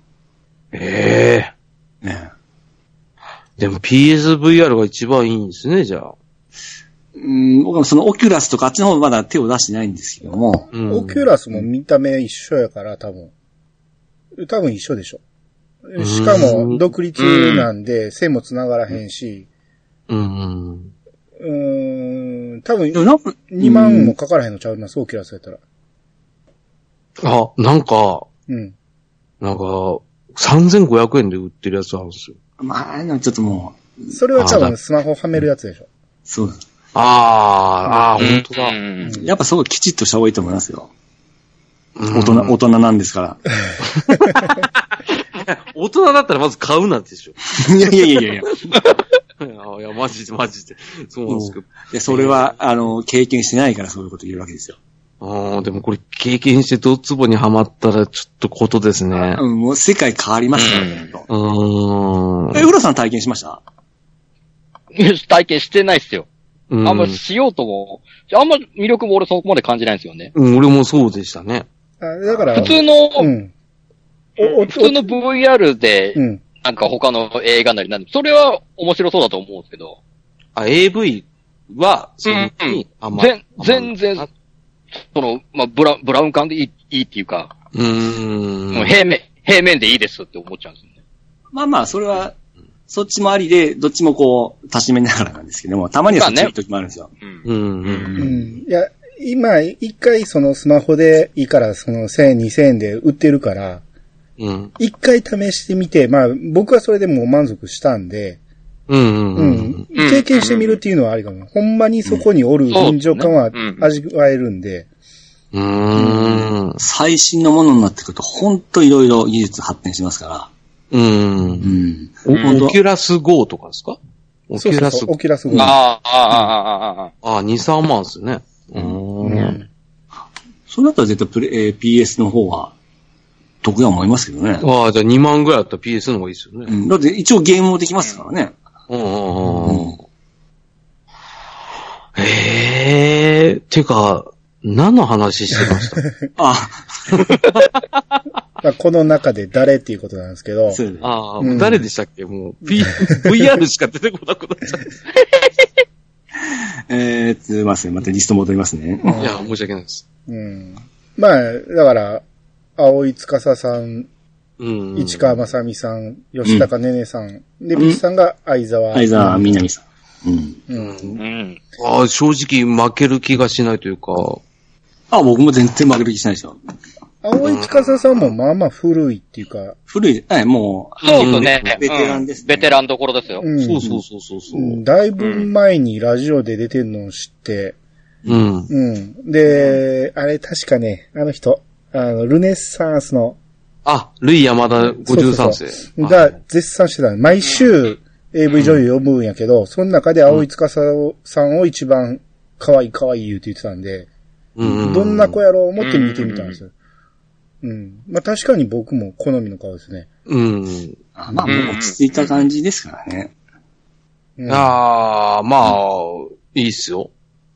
S5: ええ
S4: ね
S5: でも PSVR が一番いいんですね、じゃあ。
S4: うん、僕もそのオキュラスとかあっちの方まだ手を出してないんですけども、
S5: うん、
S2: オキュラスも見た目一緒やから、多分。多分一緒でしょ。しか
S5: う
S2: も、
S5: ん
S2: 独立なんで、線も繋がらへんし、
S5: うんうん。
S2: うーん、多分
S4: でもなんか、
S2: 2万もかからへんのちゃうな、そうキュラスやったら。
S5: あ、なんか、
S2: うん。
S5: なんか、3500円で売ってるやつあるんですよ。
S4: うん。まあ、あのちょっともう、
S2: それは多
S5: あ
S2: 分
S5: だ
S2: スマホはめるやつでしょ。
S4: そうだ。
S5: ああ、ああ、
S3: うん
S5: 本当だ。
S3: うん
S4: やっぱそこきちっとした方がいいと思いますよ。
S5: うん
S4: 大人、大人なんで すから。
S5: 大人だったらまず買うなんてでしょ。
S4: いやいやいやいやいや。
S5: あ いや、マジで、マジで。そうなんですけど。
S4: でそれは、あの、経験してないからそういうこと言うわけですよ。
S5: ああ、でもこれ経験してドツボにはまったらちょっとことですね。
S4: うん、もう世界変わりますからね。
S5: うー
S4: え、
S5: ん。
S4: 浦さん体験しました
S3: 体験してないっすよ。
S5: うん
S3: あんましようとも、あんま魅力も俺そこまで感じないんですよね。
S5: うん俺もそうでしたね。
S2: あだから、
S3: 普通の、
S2: うん。お、お、
S3: 普通の VR で
S2: お、うん。
S3: なんか他の映画なりなんで、それは面白そうだと思うんですけど、
S5: あ、AV は、その
S3: うんうん
S5: に、あんま。
S3: 全
S5: あんま
S3: 全然
S5: う
S3: その、まあ、ブラブラウン管でいいいいっていうか、
S5: ー。
S3: もうん平面、平面でいいですって思っちゃうんですよね。
S4: まあまあ、それは、そっちもありで、どっちもこう、たしめながらなんですけども、たまにはそっち
S3: ま
S4: も
S3: あね
S4: いい時もあるんですよ。
S3: うん。
S5: うんうん。
S2: うんいや、今、一回そのスマホでいいから、その1000、2000円で売ってるから、
S5: うん。
S2: 一回試してみて、まあ僕はそれでもう満足したんで、
S5: うんうん
S2: う
S5: うんん。。
S3: うん
S2: 経験してみるっていうのはありかも。ほんまにそこにおる臨場感は
S3: うん
S2: 味わえるんで。
S5: うーん。
S4: 最新のものになってくると、ほんといろいろ技術発展しますか
S5: う
S4: ら。
S5: ん
S4: う。ん。
S3: うん
S5: オオキュラス GO とかですかオキ
S2: そう
S5: ュ
S2: そう
S5: ラス
S2: そう。オキュラス号。
S3: ああ、ああ、ああ、ああ。
S5: あ、2、3万ですね。うーん。
S4: そうなったら絶対プレ、えー PS の方は得だと思いますけどね。
S5: ああ、じゃあ2万ぐらいだったら PS の方がいいですよ
S4: う
S5: ね。
S4: ん。だって一応ゲームもできますからね。
S5: うんうん
S4: う
S5: うんうんん。へえ、てか、何の話してました
S4: あ、
S2: まあこの中で誰っていうことなんですけど。
S4: そうだね。
S5: ああ、
S2: うん
S5: 誰でしたっけもう、P、VR しか出てこなくなっちゃっ
S4: えー、すいません。またリスト戻りますね。
S5: た。いや、申し訳ないです。
S2: うん。まあ、だから、青井司さん、
S5: うん。
S2: 市川正美さん、吉高ねねさん、で、ピッチさんが相沢。
S4: 相沢みなみさん。うん。
S2: うん。
S3: うん。
S5: ああ、正直負ける気がしないというか、
S4: あ、僕も全然負ける気しないですよ。
S2: 青井司さんもまあまあ古いっていうか、
S4: 古い、え、もう、
S3: そうですね。
S4: ベテランですね
S3: うんベテランどころですよ。
S2: うん。
S5: そうそうそうそうそうう。
S2: んだいぶ前にラジオで出てるのを知って、
S5: うん。
S2: うん。で、あれ確かね、あの人、あの、ルネッサンスの、
S5: あ、ルイ山田53
S2: そうそう
S5: 世。
S2: そう
S5: あ
S2: が絶賛してた。毎週 AV 女優読むんやけど、その中で青井司さんを一番可愛い可愛い言うって言ってたんで、
S5: うんうんうん
S2: どんな子やろう思って見てみたんですよ。うん。まあ確かに僕も好みの顔ですね。
S5: うん。
S4: あまあ、もう落ち着いた感じですからね。
S2: うん、
S5: ああ、まあ、いいっすよ。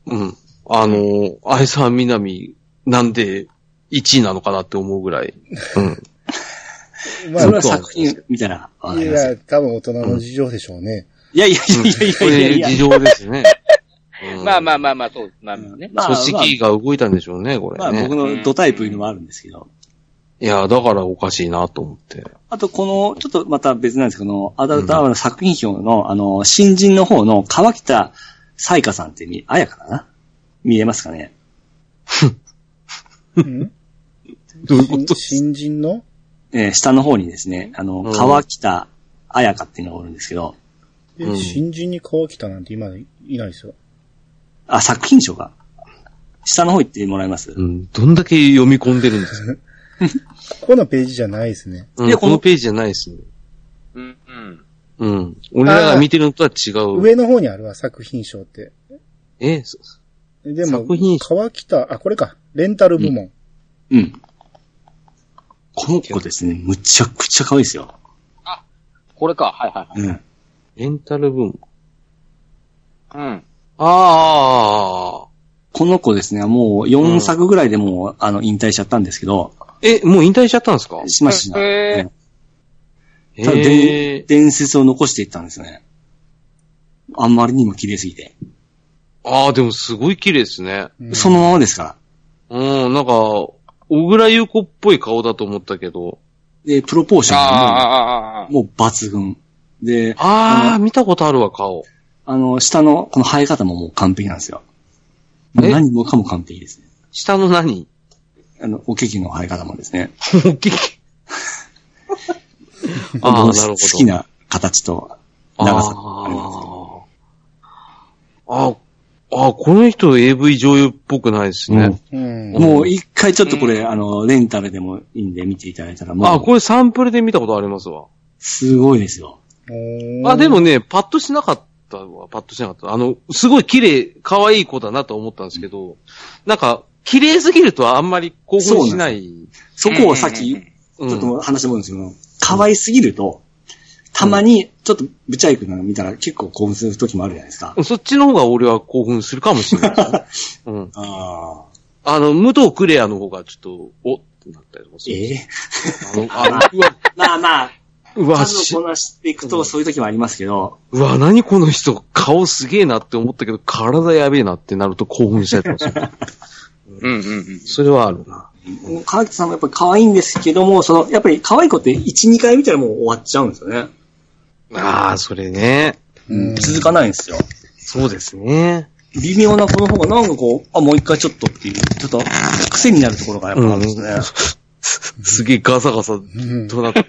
S5: うん。あの、愛沢みなみ、なんで1位なのかなって思うぐらい。うん。
S2: まあ
S4: それは作品見たらわか
S2: い
S4: りますよ
S2: や、多分大人の事情でしょうね。
S4: いやいやい
S5: こ
S4: やいや
S5: れ
S4: いや
S5: 事
S4: いや。
S5: 情ですね。
S3: まあまあ
S5: あ。
S3: まあまあ、そう。まあまあね。
S4: まあ
S5: 組織が動いたんでしょうね、これ
S4: まあ、まあ僕
S5: ね。
S4: のドタイプいうのもあるんですけど。
S5: いや、だからおかしいなと思って。
S4: あと、この、ちょっとまた別なんですけど、このアダルトアワーの作品表の、あの、新人の方の川北彩花さんってみ、あやかかな見えますかね
S2: うん
S5: ど ういうこと
S2: 新人の
S4: えー下の方にですね、あの、
S5: うん
S4: 川北彩香っていうのがおるんですけど、
S2: え
S5: うん
S2: 新人に川北なんて今いないですよ。
S4: あ、作品賞が。下の方行ってもらえます、
S5: うん。どんだけ読み込んでるんですか
S2: ここのページじゃないですね。
S5: うん
S4: いやこ
S5: こ
S4: の
S5: のページじゃないですね。
S3: うん。うん。
S5: うん。俺らが見てるのとは違う。
S2: 上の方にあるわ、作品賞って。
S5: え、そ
S2: でも
S5: 作品、賞
S2: 川北、あ、これか。レンタル部門。
S4: うん。この子ですね、むちゃくちゃ可愛いですよ。
S3: これか。はいは
S4: うん。
S5: レンタル分
S3: いはい。うん。
S5: あ
S4: この子ですね、もう4作ぐらいでもう、あの、引退しちゃったんですけど、
S5: あ、え、もう引退しちゃったんですか
S4: しました。
S3: へー
S4: うんただ
S5: へ
S4: で
S5: え。
S4: 伝説を残していったんですね。あんまりにも綺麗すぎて。
S5: ああ、でもすごい綺麗ですね。
S2: うん
S4: そのままですから。
S5: うん、なんか、小倉優子っぽい顔だと思ったけど。
S4: で、プロポーションが
S3: ああ、ああ、ああ。
S4: もうもう抜群。で、
S5: ああ、見たことあるわ、顔。
S4: あの、下の、この生え方ももう完璧なんですよ。もう
S5: え
S4: 何もかも完璧ですね。
S5: 下の何
S4: あの、おけきの生え方もですね。
S5: 大きい。 ああ、な
S4: 僕の
S5: るほど。
S4: 好きな形と長さがありますけど。
S5: ああ。ああ、この人 AV 女優っぽくないですね。
S2: うん。
S4: うんもう一回ちょっとこれ、あの、レンタルでもいいんで見ていただいたら、も
S5: あ、こ
S4: う、
S5: れサンプルで見たことありますわ。
S4: すごいですよ。
S2: おー
S5: あ、でも、ね、パッとしなかったわ、パッとしなかった。あの、すごい綺麗、可愛い子だなと思ったんですけど、なんか、綺麗すぎるとあんまり興奮しない。
S4: そこをさっき、
S3: うん
S4: ち
S5: うん
S4: ょっと話してもらうんですけど、可愛すぎると、たまに、ちょっと、ぶちゃいくなの見たら結構興奮する時もあるじゃないですか。
S5: そっちの方が俺は興奮するかもし れないですね、うん。
S4: ああ。
S5: あの、武藤クレアの方がちょっと、おってなったりとかする。
S4: ええ
S5: あの、あの、うわ、
S4: まあまあ、
S5: うわ、
S4: 数
S5: し
S4: をこなしていくとそういう時もありますけど、
S5: うわ、何この人、顔すげえなって思ったけど、体やべえなってなると興奮しちゃいまする。
S3: うんうんうん。
S5: それはあるな。
S4: 川北さんもやっぱり可愛いんですけども、その、やっぱり可愛い子って1、2回見たらもう終わっちゃうんですよね。
S5: ああ、それね。
S2: うん
S4: 続かないんですよ。
S5: そうですね。
S4: 微妙な子の方がなんかこう、あ、もう一回ちょっとっていう、ちょっと癖になるところがやっぱあるんですね。
S5: うんすげえガサガサ
S2: うん
S5: どうなった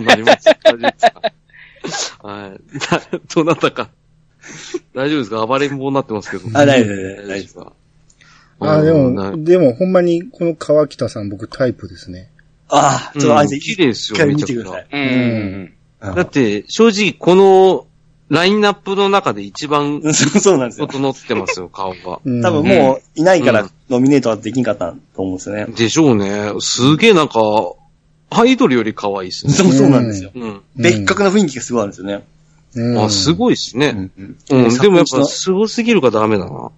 S5: なります。大丈夫ですかはい。だどなたか。大丈夫ですか暴れん坊になってますけど。
S4: あ、大丈夫、大丈夫大丈
S5: か
S2: あ、で
S5: うんな
S2: も、でもほんまにこの川北さん僕タイプですね。
S4: 夫。ああ、ちょっとあいつ、
S5: 綺麗ですよ
S4: 一回見てください。
S3: うんん。
S5: だって、正直このラインナップの中で一番
S4: うんそう そうなんですよ。
S5: 整ってますよ、顔が。
S2: うん
S4: 多分もういないか
S5: う
S4: ら
S5: ん
S4: ノミネートはできんかったと思うんですよね。
S5: でしょうね。すげえなんか、アイドルより可愛いですね。
S4: そうそうなんですよ。
S5: うん。
S2: うん
S4: 別格な雰囲気がすごいあるんですよね。
S2: うん
S5: あ、すごいっす
S4: う
S5: ね。
S4: んうん
S5: うん。でもやっ
S4: 作品
S5: ぱ、
S4: の
S5: すごすぎるからダメだな。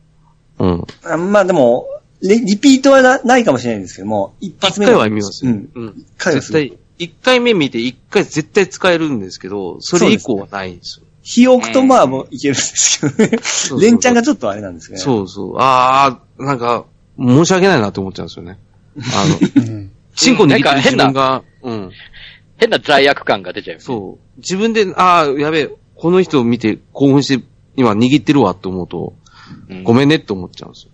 S5: うん。
S4: あまあでも、リリピートはなないかもしれないんですけども、一発
S5: 一
S4: 目
S5: 回は見ますよ。
S4: うん。
S5: うん。
S4: 一回はす
S5: 絶
S4: ごい
S5: 対、一回目見て一回絶対使えるんですけど、それ以降はないんですよ。
S4: 日を置くとまあもういけるんですけどね
S5: う。
S4: 連チャンがちょっとあれなんですけどね。
S5: そうそう。ああ、なんか、申し訳ないなって思っちゃうんですよね。あ の、
S2: うん。
S5: チンコ握ってる自
S3: な
S5: 分
S3: ん
S5: が、うん。
S3: 変な罪悪感が出ちゃう。う。
S5: そう。自分で、ああ、やべえ、この人を見て興奮して、今握ってるわって思うと、ご
S3: ん。
S5: めんねって思っちゃうんですよ。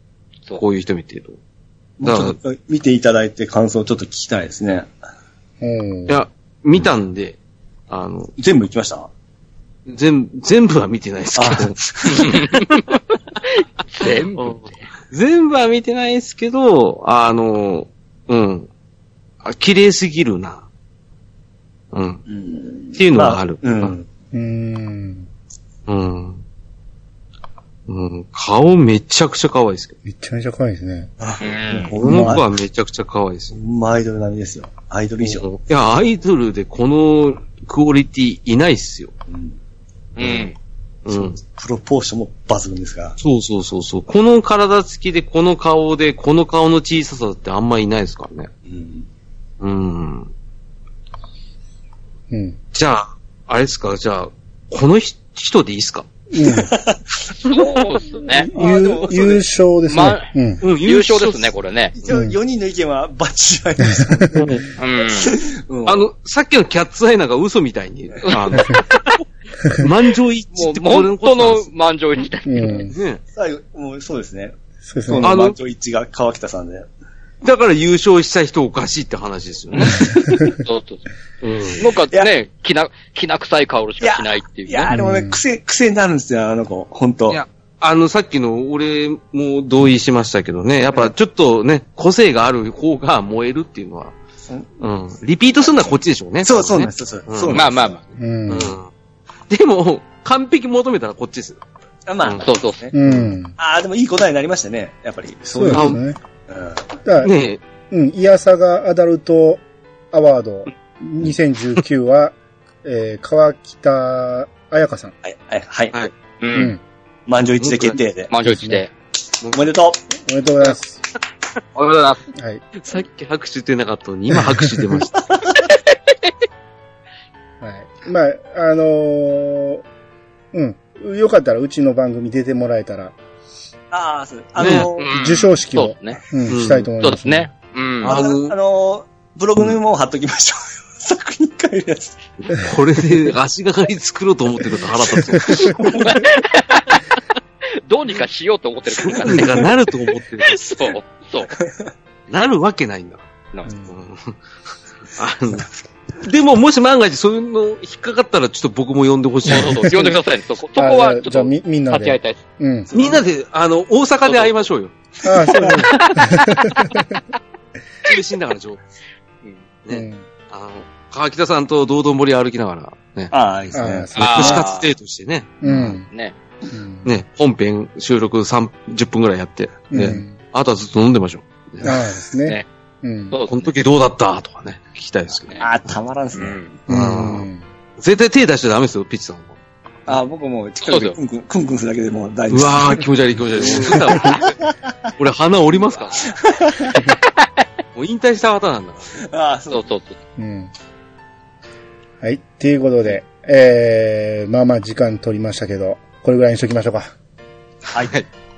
S3: そう
S5: こういう人見てると。
S4: もうちょっと見ていただいて感想をちょっと聞きたいですね。
S2: うん
S5: いや、見たんで、あの、
S4: 全部行きました
S5: 全、全部は見てないですけど、
S3: 全部。
S5: 全部は見てないですけど、あの、うん。あ綺麗すぎるな。うん。
S4: っ
S5: っていうのはある。
S4: うん。
S2: うん。
S5: うん。うん。顔めちゃくちゃ可愛いですけど。
S2: めちゃめちゃ可愛いですね。
S3: うん
S4: ほ
S5: こ
S4: ん
S5: の子
S4: ま
S5: はめちゃくちゃ可愛いです
S4: ほ。んまアイドル並みですよ。アイドル以上。
S5: いや、アイドルでこのクオリティいないっすよ。
S4: うん
S3: うん。
S5: うん。
S4: プロポーションも抜群ですから。
S5: そうそうそうそう。この体つきで、この顔で、この顔の小ささってあんまいないですからね。
S4: うん
S5: うん。
S2: うん。
S5: じゃあ、あれですか、じゃあ、このひ人でいいっすか
S2: うん
S3: そうっすね。
S2: 優優勝です
S3: ま
S2: ね。うん。
S5: うん、
S3: 優勝ですね、これね。
S4: 一応4人の意見はバッチリあります。
S3: うん。
S4: うん
S5: あの、さっきのキャッツアイなんか嘘みたいに、あ の、満場一致って
S3: も
S5: これ
S3: う、本
S5: のことなん
S3: 当の
S5: です
S3: 満場一致。
S2: うん。
S5: ね。
S4: 最後、もうそうですね。
S2: そうです
S4: そ
S2: ね。
S5: あ
S4: の
S5: の
S4: 満場一致が川北さんで。
S5: だから優勝した人おかしいって話ですよね。
S3: そうそう
S5: うん。
S3: そう。なんかね、きな、きな臭い香りしかしないっていう
S4: い
S3: ね。
S4: やーでもね、癖、癖になるんですよ、あの子。本当
S5: いや、あの、さっきの俺も同意しましたけどね、やっぱちょっとね、個性がある方が燃えるっていうのは、うん。リピートするのはこっちでしょうね。
S4: そう、そうなん
S5: で。
S4: ですす。そう
S5: うん
S4: そう
S3: ま
S4: な
S3: あ
S4: んです
S3: まあま
S2: うん
S5: う。ん。でも、完璧求めたらこっちです。
S4: あ。ま
S3: あ。
S4: あ、
S3: そうそうそう。
S2: うん。
S4: ああ、でもいい答えになりましたね、やっぱり。
S2: そう
S4: い
S2: で
S4: う。
S2: すね。
S4: うん
S2: だから
S5: ね
S2: うん。イヤサガアダルトアワード2019は、えー、川北彩香さん。
S4: はい、はい、はい。
S5: はい。
S3: う。。
S2: うん
S4: 満場一致で決定で。
S3: 満場一致で。
S4: おめでと
S2: おめでとうございます。
S3: おはようございます。
S2: はい。
S5: さっき拍手出なかったのに、今拍手出ま した。
S2: はい。まあ、あのーうん。よかったら、うちの番組出てもらえたら、
S4: うああ、そう。あの
S3: う
S4: ー、
S3: ん
S2: 授賞式
S3: そう
S2: を
S3: で、すね。
S2: うん、
S5: うん
S2: したいと思い
S3: そう
S2: ま。
S3: ですすね。うん。
S5: あ
S4: あ
S5: のー
S4: のー、ブログにも貼っときましょう。 作品会のやつ。
S5: これで足がかり作ろうと思ってるから腹立つ。
S3: どうにかしようと思ってるけど
S5: なん
S3: ね
S5: かなると思ってる。
S3: そう。そう。
S5: なるわけないんだ。
S3: な
S5: うんあのでも、もし万が一そういうの引っかかったら、ちょっと僕も呼んでほしい。
S3: そうそうそう。呼んでくださいね。そこ、そこ
S2: あ
S3: は、ちょっ
S2: じゃあじゃあ
S3: と、立
S2: み、みんな
S3: ち会
S2: で。
S3: いたいです。
S2: うん。
S5: みんなで、あの、大阪で会いましょうよ。
S2: ああ、そうですね。
S5: 中心だから、情報。
S2: う
S5: ね。
S2: ん。
S5: あの、川北さんと道頓堀歩きながら、ね。
S4: ああ、いいです
S2: あ
S4: ね
S2: あ、。そ
S3: あ
S5: 串カツデートしてね。
S2: う。うん。
S3: ね。
S2: うん。
S5: ね、本編収録3、10分ぐらいやって。ね。
S2: うん。
S5: あとはずっと飲んでましょ。
S2: ああですね
S3: ね。
S2: うん。
S3: そうう
S5: この
S3: ですね。
S5: 時どうだったとかね。聞きたいですけど。
S4: ああ、たまらんです
S3: う
S4: ね。
S3: ん。
S2: う。
S5: うん絶対手出しちゃダメですよ、ピッチさんも。
S4: ああ、僕もう近くで
S3: そう
S4: ク
S3: です
S4: ンクン、クンクンするだけでもう大丈
S5: う
S4: 夫です。
S5: わー、気持ち悪い、気持ち悪い。もう俺俺、鼻折ります から。もう引退した方なんだか
S4: ああ、そ
S3: そうう。そうそう。
S2: うん。はい。っていうことで、えー、まあまあ時間取りましたけど、これぐらいにしときましょうか。
S4: はい。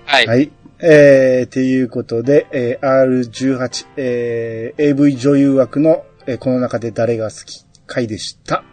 S3: はい。
S2: はい。えー、っていうことで、えー、R18、えー、AV 女優枠の、えーこの中で誰が好き回でした。